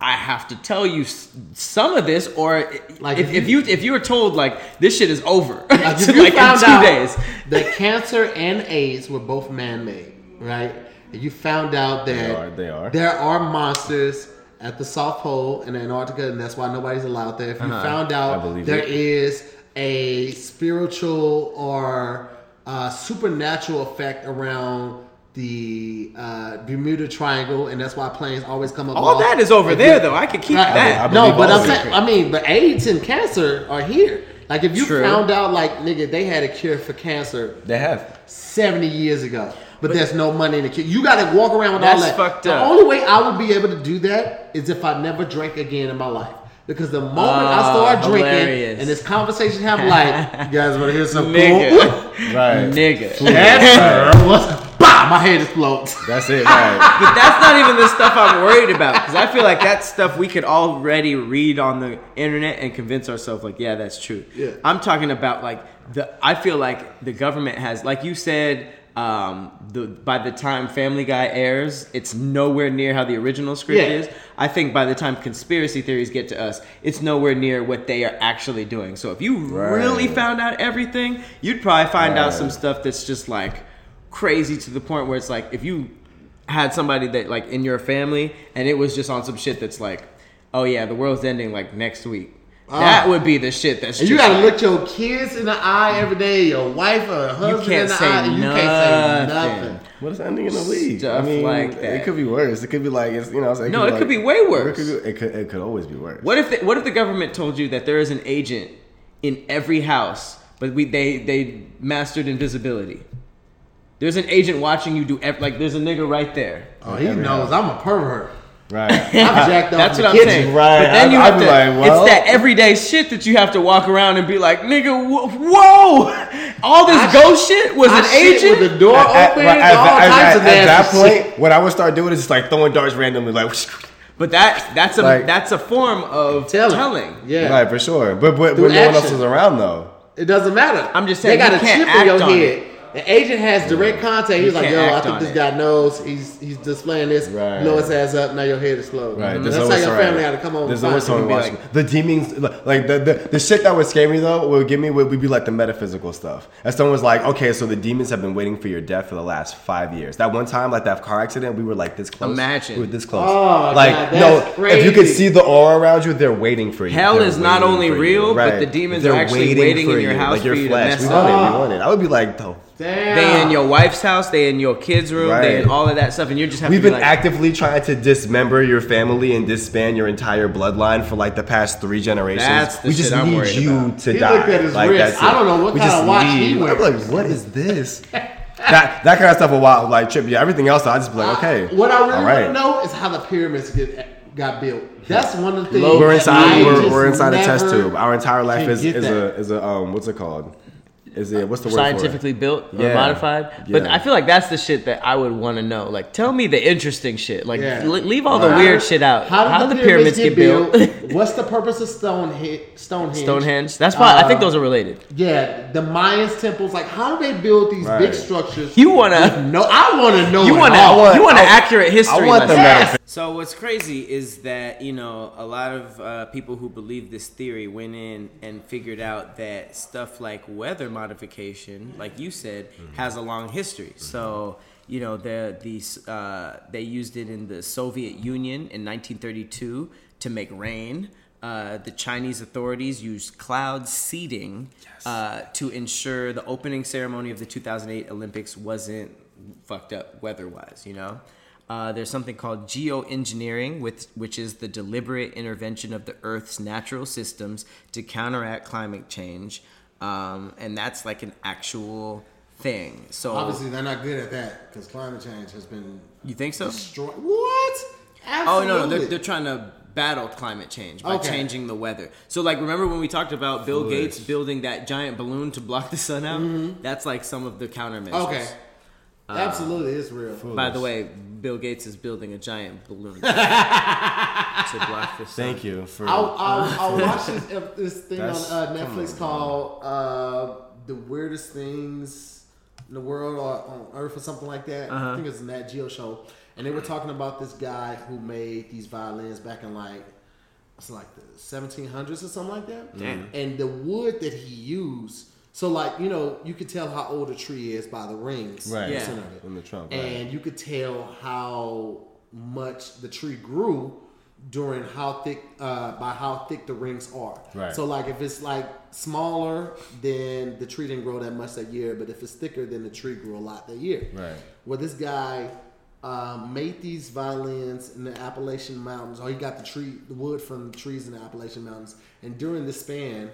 I have to tell you s- some of this, or Like, like if, if you if you were told like this shit is over, Like, like, if you in two found out days, that cancer and AIDS were both man-made, right? And you found out that are, they are. there are monsters at the South Pole and Antarctica, and that's why nobody's allowed there. If you found Uh-huh. I out believe there it. is a spiritual or uh, supernatural effect around the uh, Bermuda Triangle, and that's why planes always come up. all that is over there though. I could keep Right. that. I no, believe but all I'm of it. saying, I mean, but AIDS and cancer are here. Like, if you True. found out, like, nigga, they had a cure for cancer They have. 70 years ago, but, there's no money in the cure. You got to walk around with all that. That's fucked the up. only way I would be able to do that is if I never drank again in my life. Because the moment I Ah, start drinking hilarious. and this conversation happened, like, you guys want to hear some cool? Nigga, Right. nigga. Cancer. What's, bah, my head explodes. That's it. Right. But that's not even the stuff I'm worried about because I feel like that stuff we could already read on the internet and convince ourselves like, yeah, that's true. Yeah. I'm talking about like the. I feel like the government has, like you said, um, the by the time Family Guy airs, it's nowhere near how the original script Yeah. is. I think by the time conspiracy theories get to us, it's nowhere near what they are actually doing. So if you Right. really found out everything, you'd probably find out Right. some stuff that's just like crazy to the point where it's like if you had somebody that like in your family and it was just on some shit that's like, oh yeah, the world's ending like next week. that would be the shit that's Ah. And just you gotta look like- your kids in the eye every day, your wife or husband can't in the say eye, and you can't say nothing. nothing. What is ending in the league? Stuff like that. It could be worse. It could be like it's you know. It No, it like- could be way It worse. could, be- it could it could always be worse. What if the, what if the government told you that there is an agent in every house, but we they they mastered invisibility? There's an agent watching you do ev- like there's a nigga right there. Oh, he Every knows I'm a pervert. Right. I'm jacked up. That's in what the I'm kitchen. saying. Right, But then I- you I'd have be to. like, well- it's that everyday shit that you have to walk around and be like, nigga, wh- whoa! All this I ghost shit was I an shit agent. with the door open, At, right, at- all at- types at- of at that nasty shit. point, what I would start doing is just like throwing darts randomly, like but that that's a Like- that's a form of Telling. telling. Yeah. right for sure. But but Through when no one else action. is around though, It doesn't matter. I'm just saying, They got you a can't chip in your act on head. The agent has direct contact. He's You like, can't yo, I act think on this it. guy knows he's he's displaying this. Right. Blow his ass up. Now your head is slow. right? That's how your family got to come over. There's and always find you. someone be watching. like- the demons, like like the, the the shit that would scare me though, would give me would, would be like the metaphysical stuff. And someone's like, okay, so the demons have been waiting for your death for the last five years. That one time, like that car accident, we were like this close. Imagine. we were this close. Oh, like God, no, that's if you could crazy. see the aura around you, they're waiting for you. Hell They're is not waiting only for you. real, but the demons are actually waiting for in your you. house like your for you to flesh. mess up. we want it. We want it. I would be like, though. Damn. They in your wife's house, they in your kids' room, they in Right. all of that stuff, and you're just having We've to been be like, actively trying to dismember your family and disband your entire bloodline for like the past three generations. That's the we just shit I'm need worried you about. to He die. looked at his like, wrist. That's it. I don't know what we kind just of watch need, he I'm wears. like, what is this? that that kind of stuff will wild like trip you. Everything else, I just be like, okay. What I really all right. want to know is how the pyramids get, got built. That's one of the things. We're that I inside. We're, just we're inside a test never- tube. Our entire life can is get is that. a is a um what's it called? Is it what's the word for it? scientifically built or Yeah. modified. But Yeah. I feel like that's the shit that I would want to know. Like, tell me the interesting shit. Like, Yeah. le- leave all How the did- weird shit out. How did the, pyramids, get, built? What's the purpose of Stonehenge? Stonehenge. Stonehenge. That's why I think Uh, those are related. Yeah, the Mayans temples. Like, how do they build these big Right. structures? You wanna, no, I want to know. you it wanna, all. you want an accurate I history. want the lesson. metaphysical. So what's crazy is that you know a lot of uh, people who believe this theory went in and figured out that stuff like weather modification, like you said, Mm-hmm. has a long history. So you know the the uh, they used it in the Soviet Union in 1932 to make rain. Uh, the Chinese authorities used cloud seeding uh, to ensure the opening ceremony of the 2008 Olympics wasn't fucked up weather-wise. You know. Uh, there's something called geoengineering, with, which is the deliberate intervention of the Earth's natural systems to counteract climate change. Um, and that's like an actual thing. So, Obviously, they're not good at that because climate change has been you think so? destroyed. What? Oh, Absolutely. no, no, they're, they're trying to battle climate change by Okay. changing the weather. So, like, remember when we talked about Bill Gates building that giant balloon to block the sun out? That's like some of the countermeasures. Mm-hmm. okay. Uh, Absolutely, it's real. By the way, Bill Gates is building a giant balloon to block the sun. Thank you for. I I, I watched this, ep- this thing on That's- uh, come Netflix on, called uh, "The Uh-huh. Weirdest Things in the World or on Earth" or something like that. I think it's a Nat Geo show, and they were talking about this guy who made these violins back in like it's like the 1700s or something like that. Damn. And the wood that he used, so like you know, you could tell how old a tree is by the rings, Right. that's in Yeah. it. In the trunk, right. and you could tell how much the tree grew during how thick uh, by how thick the rings are. Right. So like if it's like smaller, then the tree didn't grow that much that year. But if it's thicker, then the tree grew a lot that year. Right. Well, this guy um, made these violins in the Appalachian Mountains. Or he got the tree, the wood from the trees in the Appalachian Mountains. And during this span,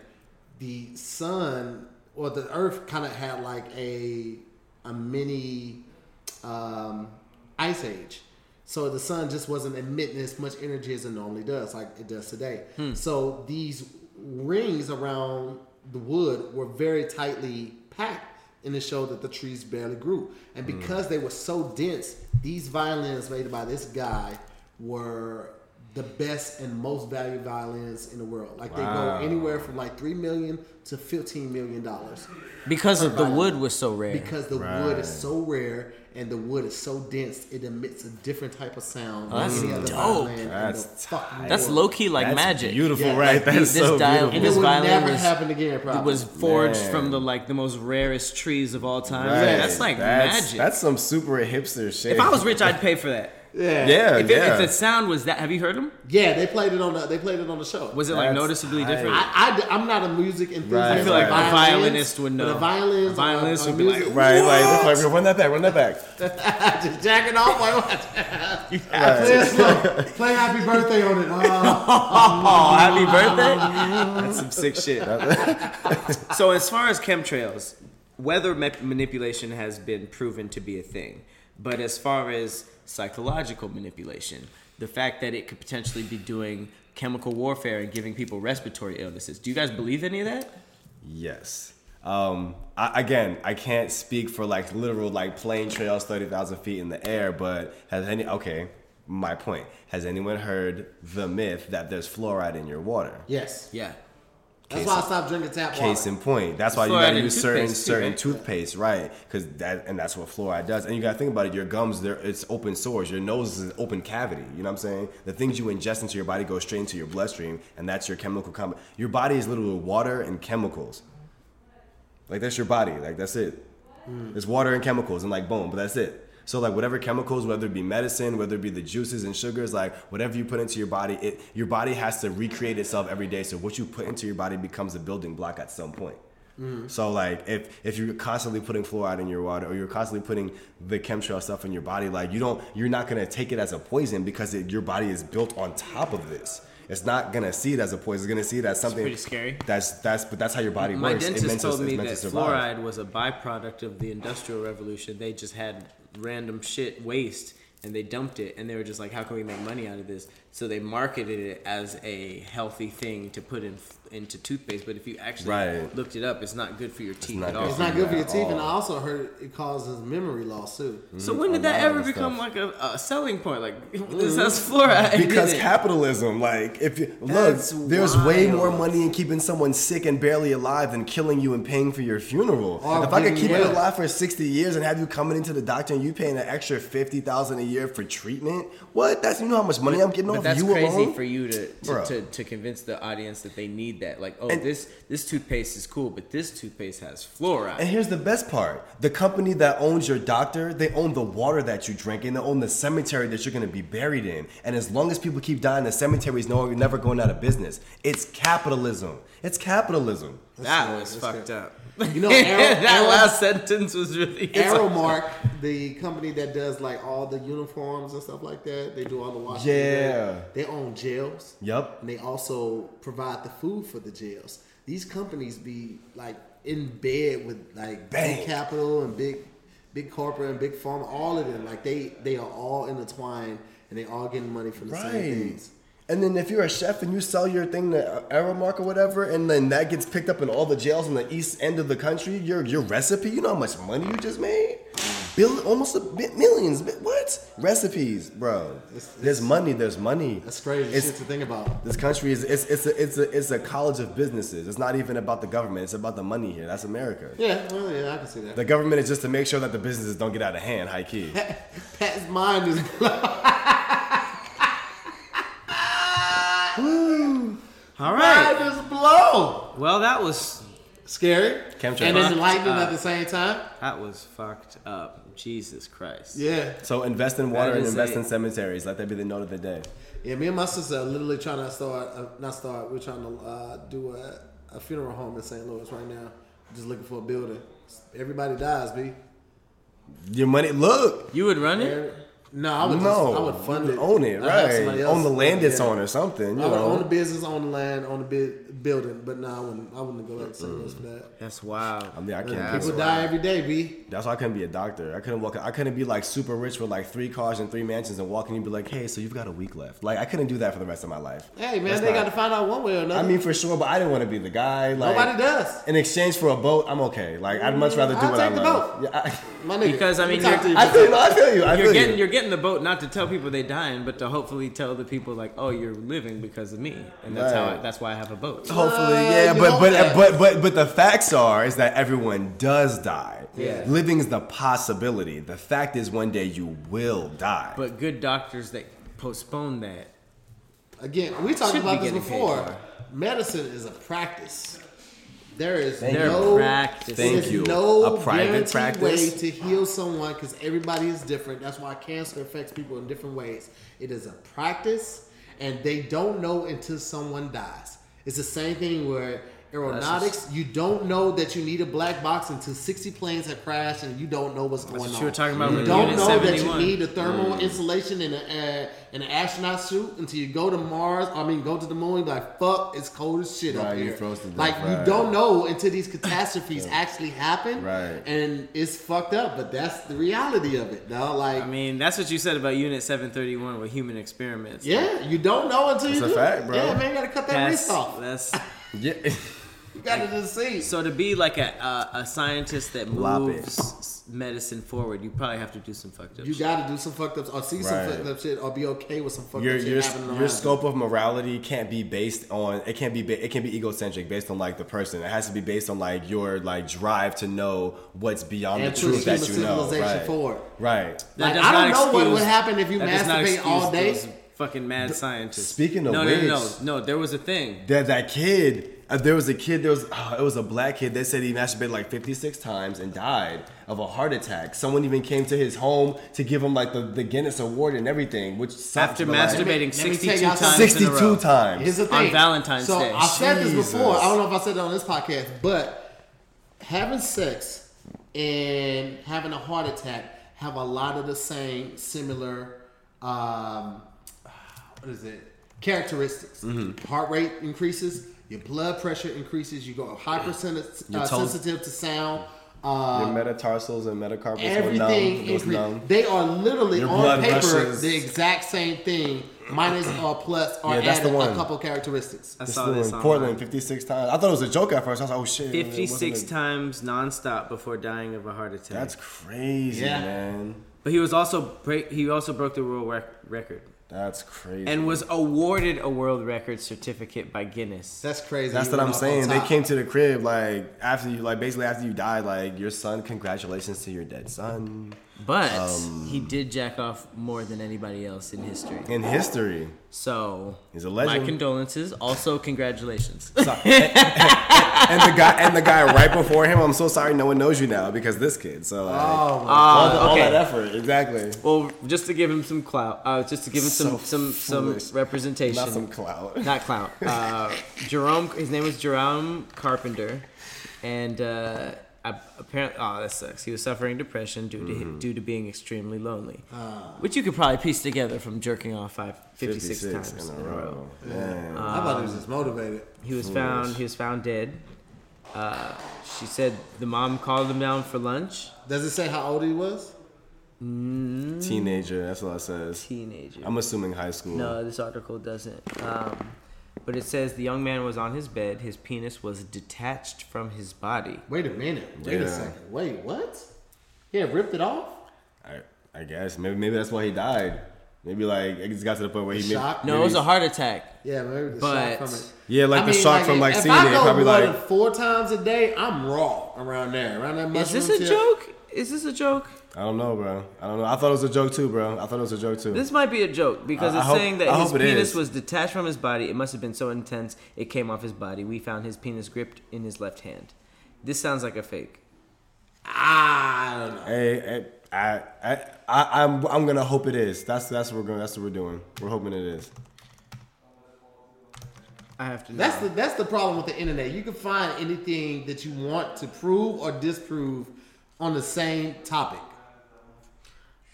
the sun or the earth kind of had like a a mini um, ice age. So the sun just wasn't emitting as much energy as it normally does, like it does today. So these rings around the wood were very tightly packed, and it showed that the trees barely grew. And because they were so dense, these violins made by this guy were the best and most valued violins in the world. Like Wow. they go anywhere from like three million to fifteen million dollars because of the Right. wood was so rare. because the wood is so rare and the wood is so dense, it emits a different type of sound. Oh, that's dope. in That's the fucking tight. that's world. low key like That's magic. Beautiful, Yeah. right? That's This so dial- And beautiful. it This will violin never was- happen again. Probably. It was forged Man. from the like the most rarest trees of all time. Right. Yeah, that's like That's- magic. That's some super hipster shit. If I was rich, I'd pay for that. yeah. yeah, if, it, yeah. if the sound was that, have you heard them? Yeah, They played it on the. They played it on the show. Was it like That's noticeably tight. different? I, am not a music enthusiast. I feel like of a violins, violinist would know. But a violins, A violinist on- on would be like, music- right, like, like, run that back, run that back. just jacking off. Like, what? play, it slow. play Happy Birthday on it. Uh, Oh, happy birthday! That's some sick shit. That- so as far as chemtrails, weather ma- manipulation has been proven to be a thing. But as far as psychological manipulation, the fact that it could potentially be doing chemical warfare and giving people respiratory illnesses. Do you guys believe any of that? yes. Um, I, again, I can't speak for like literal like plane trails thirty thousand feet in the air, but has any okay? My point: Has anyone heard the myth that there's fluoride in your water? yes. Yeah. That's why I stopped drinking tap water. Case in point. That's why you Fluoride gotta in use certain toothpaste too, certain right? toothpaste, right? Because that and that's what fluoride does. And you gotta think about it. Your gums, there it's open sores. Your nose is an open cavity. You know what I'm saying? The things you ingest into your body go straight into your bloodstream, and that's your chemical com- Your body is literally water and chemicals. Like that's your body. Like that's it. It's Mm. water and chemicals and like boom, but that's it. So like whatever chemicals, whether it be medicine, whether it be the juices and sugars, like whatever you put into your body, it your body has to recreate itself every day. So what you put into your body becomes a building block at some point. Mm. So like if if you're constantly putting fluoride in your water or you're constantly putting the chemtrail stuff in your body, like you don't you're not gonna take it as a poison because it, your body is built on top of this. It's not gonna see it as a poison. It's gonna see it as something pretty scary. That's that's but that's how your body My works. It dentist meant to- told it's me meant that to survive. fluoride was a byproduct of the Industrial Revolution. They just had random shit waste and they dumped it and they were just like, how can we make money out of this? So they marketed it as a healthy thing to put in into toothpaste. But if you actually Right. looked it up, it's not good for your teeth not at good all. It's not good for your At teeth, and I all. also heard it causes memory loss too. so when did that lot ever of become stuff. Mm-hmm. like a, a selling point? Like this has fluoride. in because it. capitalism like if you look That's there's way wild. more money in keeping someone sick and barely alive than killing you and paying for your funeral Or Oh, if i could being keep you ill. alive for 60 years and have you coming into the doctor and you paying an extra 50000 a year for treatment what that's you know how much money i'm getting But off that's you crazy alone for you to Bro. to, to to convince the audience that they need that. Like, oh, And- this this toothpaste is cool, but this toothpaste has fluoride. And here's the best part: the company that owns your doctor, they own the water that you drink, and they own the cemetery that you're going to be buried in. And as long as people keep dying, the cemetery is no, never going out of business. It's capitalism. It's capitalism. that good, was that's fucked good. up. You know, Arrow- that Arrow- last sentence was really. Aramark, the company that does like all the uniforms and stuff like that, they do all the washing. and Yeah. drying. They own jails. Yup. And they also provide the food for the jails. These companies be like in bed with like Bang. big capital and big big corporate and big pharma, all of them. Like they they are all intertwined and they all getting money from the same Right. things. And then if you're a chef and you sell your thing to Aramark or whatever, and then that gets picked up in all the jails in the east end of the country, your your recipe, you know how much money you just made? bill, almost a bi- millions. bi- What recipes, bro? there's money. There's money. That's crazy It's- shit to think about. This country is it's it's a, it's a it's a college of businesses. It's not even about the government. It's about the money here. That's America. Yeah, well, yeah, I can see that. The government is just to make sure that the businesses don't get out of hand, high key. Pat's mind is All right. mind is blown. Well, that was Scary Chemtrails. and enlightening Uh, at the same time. that was fucked up. Jesus Christ. Yeah, So invest in water That and is invest a- in cemeteries. Let that be the note of the day. yeah. Me and my sister are literally trying to start, uh, not start. We're trying to uh, do a, a funeral home in St. Louis right now. Just looking for a building. Everybody dies, b. Your money, look. You would run it? Every- No, I would. no, just, I would fund you it. Own it, I'd have right? somebody else Own the land it's yeah. on or something. You I would know. own the business, own the land, own the bu- building, but no, I wouldn't. I wouldn't go back to St. Louis for that. That's wild. I mean, I can't. That's do People it. die every day, b. That's why I couldn't be a doctor. I couldn't walk. I couldn't be like super rich with like three cars and three mansions and walk in and be like, hey, so you've got a week left. Like I couldn't do that for the rest of my life. Hey man, That's they not- got to find out one way or another. I mean, for sure, but I didn't want to be the guy. Like nobody does. In exchange for a boat, I'm okay. Like I'd much rather do I'll what take I the love. boat. Yeah, My nigga, Because, I let me mean, talk to you're- you. I, I feel you. I feel you. I feel You're getting you. you're getting the boat not to tell people they dying, but to hopefully tell the people like, oh, you're living because of me, and that's how I, Right. that's why I have a boat. Hopefully, Uh, yeah, you but hope but, that. but but but the facts are is that everyone does die. Yeah. living is the possibility. The fact is, one day you will die. But good doctors that postpone that. Again, we talked Should about be this getting paid before. more. Medicine is a practice. There is you. no They're practicing. there is Thank you. No A private guaranteed practice? way to heal someone because everybody is different. That's why cancer affects people in different ways. It is a practice, and they don't know until someone dies. It's the same thing where aeronautics. you don't know that you need a black box until sixty planes have crashed, and you don't know what's going what on. you were talking about You with don't Unit know that you 71. need the Mm. thermal insulation in, a, uh, in an astronaut suit until you go to Mars. I mean, go to the moon. You're like, fuck, it's cold as shit up Right, you here. frozen to like, death, you right. don't know until these catastrophes actually happen. Right. And it's fucked up, but that's the reality of it, though. Like, I mean, that's what you said about Unit 731 with human experiments. yeah, you don't know until you It's a do. it. fact, bro. Yeah, man, you gotta cut that That's, wrist off. that's yeah. You gotta just see. so to be like a a, a scientist that Lop it. moves s- medicine forward, you probably have to do some fucked up. You shit. gotta do some fucked ups or see some Right. fucked up shit or be okay with some fucked your up shit your, happening around your you. scope of morality can't be based on it can't be ba- it can be egocentric based on like the person it has to be based on like your like drive to know what's beyond And push the truth that you human know civilization right forward. right That Like, does I not don't know what excuse- would happen if you that does not masturbate all excuse day. those Fucking mad scientists. speaking of no, no, no, wigs- no, no. There was a thing. that that kid uh, there was a kid there was uh, it was a black kid they said he masturbated like 56 times and died of a heart attack someone even came to his home to give him like the, the Guinness award and everything which sucked After to the, like, masturbating Let me- let me 62 tell y'all times something. in a row. 62 Here's times the thing. On Valentine's so Day. I've said this Jesus. before. I don't know if I said it on this podcast, but having sex and having a heart attack have a lot of the same similar. Um, what is it? Characteristics. Mm-hmm. Heart rate increases. Your blood pressure increases. You go hypersensitive uh, Your toes- sensitive to sound. Uh, your metatarsals and metacarpals were numb, everything it was numb. increased. They are literally Your on blood paper rushes. the exact same thing, minus or plus or Yeah, that's the added a one. couple characteristics. I This saw little this in online. Portland, 56 times. I thought it was a joke at first. I was like, oh shit. it wasn't 56 a- times nonstop before dying of a heart attack. That's crazy, Yeah. man. but he was also break, he also broke the world rec- record That's crazy. and was awarded a world record certificate by Guinness. That's crazy. that's You what went I'm off saying. on They top. came to the crib like after you, like basically after you died, like your son. Congratulations to your dead son But Um, he did jack off more than anybody else in history. in history. So He's a my legend. condolences. Also, congratulations. and the guy and the guy right before him. I'm so sorry, no one knows you now because this kid. So like, Oh, my- all, the- all okay. that effort, exactly. well, just to give him some clout, uh, just to give him some some So foolish. some representation. Not some clout. not clown. Uh, Jerome, his name was Jerome Carpenter, and uh, apparently, oh, that sucks. He was suffering depression due to Mm-hmm. due to being extremely lonely, Ah. which you could probably piece together from jerking off five, 56, 56 times in a row. Man. Uh, I thought he was just motivated. He was found. He was found dead. Uh, she said the mom called him down for lunch. Does it say how old he was? Teenager. That's what it says. Teenager. I'm assuming high school. No, this article doesn't. Um, but it says the young man was on his bed. His penis was detached from his body. Wait a minute. Wait a Yeah. second. Wait, what? Yeah, ripped it off. I I guess maybe maybe that's why he died. Maybe like it just got to the point where he made- Shock? No, maybe it was he's- a heart attack. Yeah, maybe the But- shock from it. Yeah, like the shock from, like, if seeing I it, go probably, more like- than four times a day, I'm raw around there. Around that Is mushroom this a tip. joke? Is this a joke? I don't know, bro. I don't know. I thought it was a joke too, bro. I thought it was a joke too. This might be a joke because I- I it's hope- saying that I his hope it penis is. was detached from his body. It must have been so intense it came off his body. We found his penis gripped in his left hand. This sounds like a fake. I don't know. hey, hey, I, I, I, I'm, I'm gonna hope it is. That's that's what we're going. That's what we're doing. We're hoping it is. I have to know. That's the that's the problem with the internet. You can find anything that you want to prove or disprove on the same topic.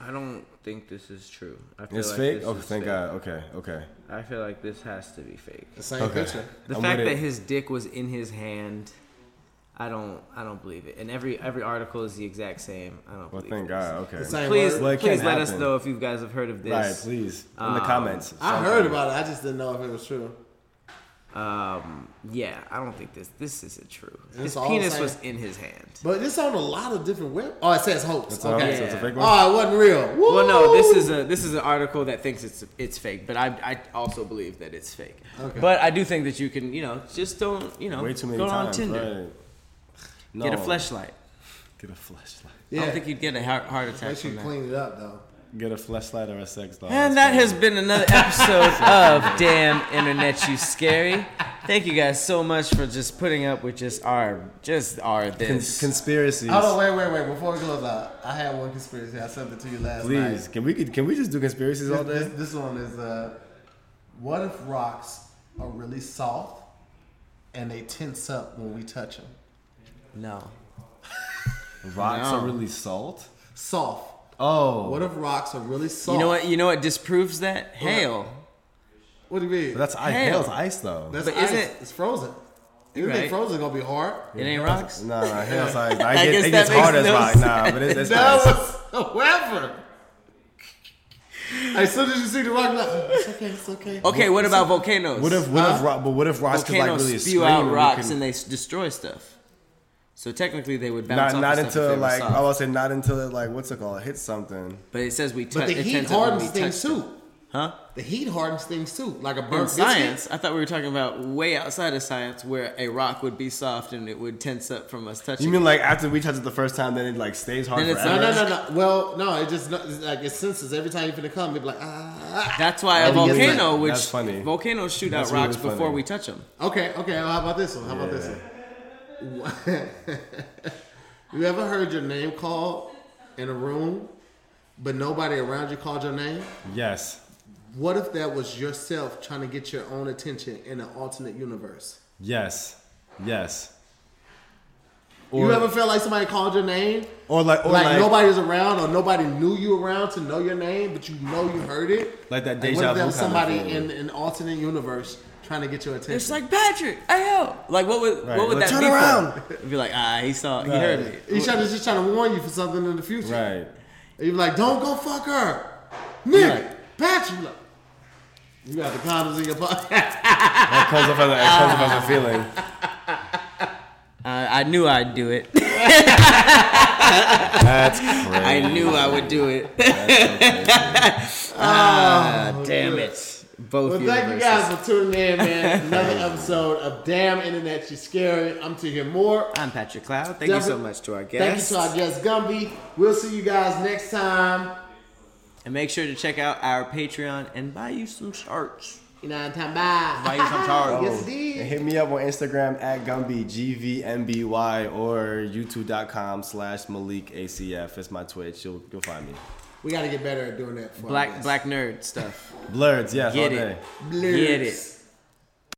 I don't think this is true. I feel It's like fake. this Oh, is thank fake. God. Okay, okay. I feel like this has to be fake. The same Okay. picture. The I'm fact with that it. his dick was in his hand, I don't, I don't believe it. And every every article is the exact same. I don't Well, believe thank it. God. Okay. The same Please, word. Well, it can please let us happen. know if you guys have heard of this. Right, please. In Ah, the comments. I heard about it. I just didn't know if it was true. Um, yeah, I don't think this this isn't true. his all penis saying- was in his hand. But it's on a lot of different web. Oh, it says hoax. It's okay. okay. So it's a Yeah. fake one. Oh, it wasn't real. Woo! Well, no, this is a this is an article that thinks it's it's fake, but I, I also believe that it's fake. Okay. But I do think that you can, you know, just don't, you know, Way too many go times. on Tinder, Right. No. get a fleshlight. Get a fleshlight. Yeah. I don't think you'd get a heart, heart attack Make sure from you that. clean it up though. Get a fleshlight or a sex doll. And that has been another episode of Damn Internet You Scary. Thank you guys so much for just putting up with just our just our this. conspiracies. Hold on, wait, wait, wait. Before we close out, I had one conspiracy. I sent it to you last night. Please, can we can we just do conspiracies all This, day? this one is uh, what if rocks are really soft and they tense up when we touch them? no. Rocks No. are really salt. Soft. Oh, What if rocks are really soft? You know what you know what disproves that? Hail. What do you mean? But that's ice. Hell. Hell's ice though. That's But ice. isn't- it's frozen. You You're think right. frozen gonna be hard? It ain't rocks. Nah, nah, hell's ice. I, I get, guess that it gets makes hard as no rock. Nah, but it's, it's No, ice. whatsoever. as soon as you see the rock, you're like, "Oh, it's okay, it's okay. Okay, what about volcanoes? What if what if rock? But what if rocks could like volcanoes really spew out scream rocks we and can- they s- destroy stuff? So technically they would bounce not off not of stuff if until they were like oh. soft. I was say not until it like what's it called? Hit something. But it says we touch But the it heat tends to when we hardens things touch too. them. Huh? The heat hardens things too, like a In burnt science, I thought we were talking about way outside of science, where a rock would be soft and it would tense up from us touching. You mean like after we touch it the first time, then it like stays hard Then it's forever? No, no, no, no. Well, no, it just it's like it senses every time you're finna come. It'd be like ah. ah, That's why a That'd be good. volcano, which That's funny. volcanoes shoot That's out rocks really funny. before we touch them. ah. Okay, okay. well, how about this one? How about this one? you ever heard your name called in a room, but nobody around you called your name? Yes, What if that was yourself trying to get your own attention in an alternate universe? yes, yes. you ever felt like somebody called your name? Or like or like, like, nobody was around or nobody knew you around to know your name, but you know you heard it. Like that what if there deja vu was kinda somebody in feeling. an alternate universe trying to get your attention. It's like Patrick, ayo! Like what would Right, what would like, that "Turn be for? around!" It'd be like ah, he saw, he Right. heard me. He's trying to, just trying to warn you for something in the future. right. And you're like, don't go fuck her. Nigga, Right. Patrick. You like- You got the condoms in your pocket. That comes up as a, it comes up as a feeling. Uh, I knew I'd do it. That's crazy. I knew I would do it. Oh, Ah, damn it! well, Both thank you universes. guys for tuning in, man. Another episode of Damn Internet, You Scary. I'm to hear more. I'm Patrick Cloud. Thank you so Definitely- much to our Thank you guests. to our guest Gumby. We'll see you guys next time. and make sure to check out our Patreon and buy you some shirts. You know what I'm talking about? Buy you some shirts. Yes, indeed. And hit me up on Instagram at Gumby, G V M B Y, or youtube.com slash Malik ACF. It's my Twitch. You'll, you'll find me. We got to get better at doing that. For our Oh. Black guests. black nerd stuff. Blurreds, yes, Get all day. it. Get it.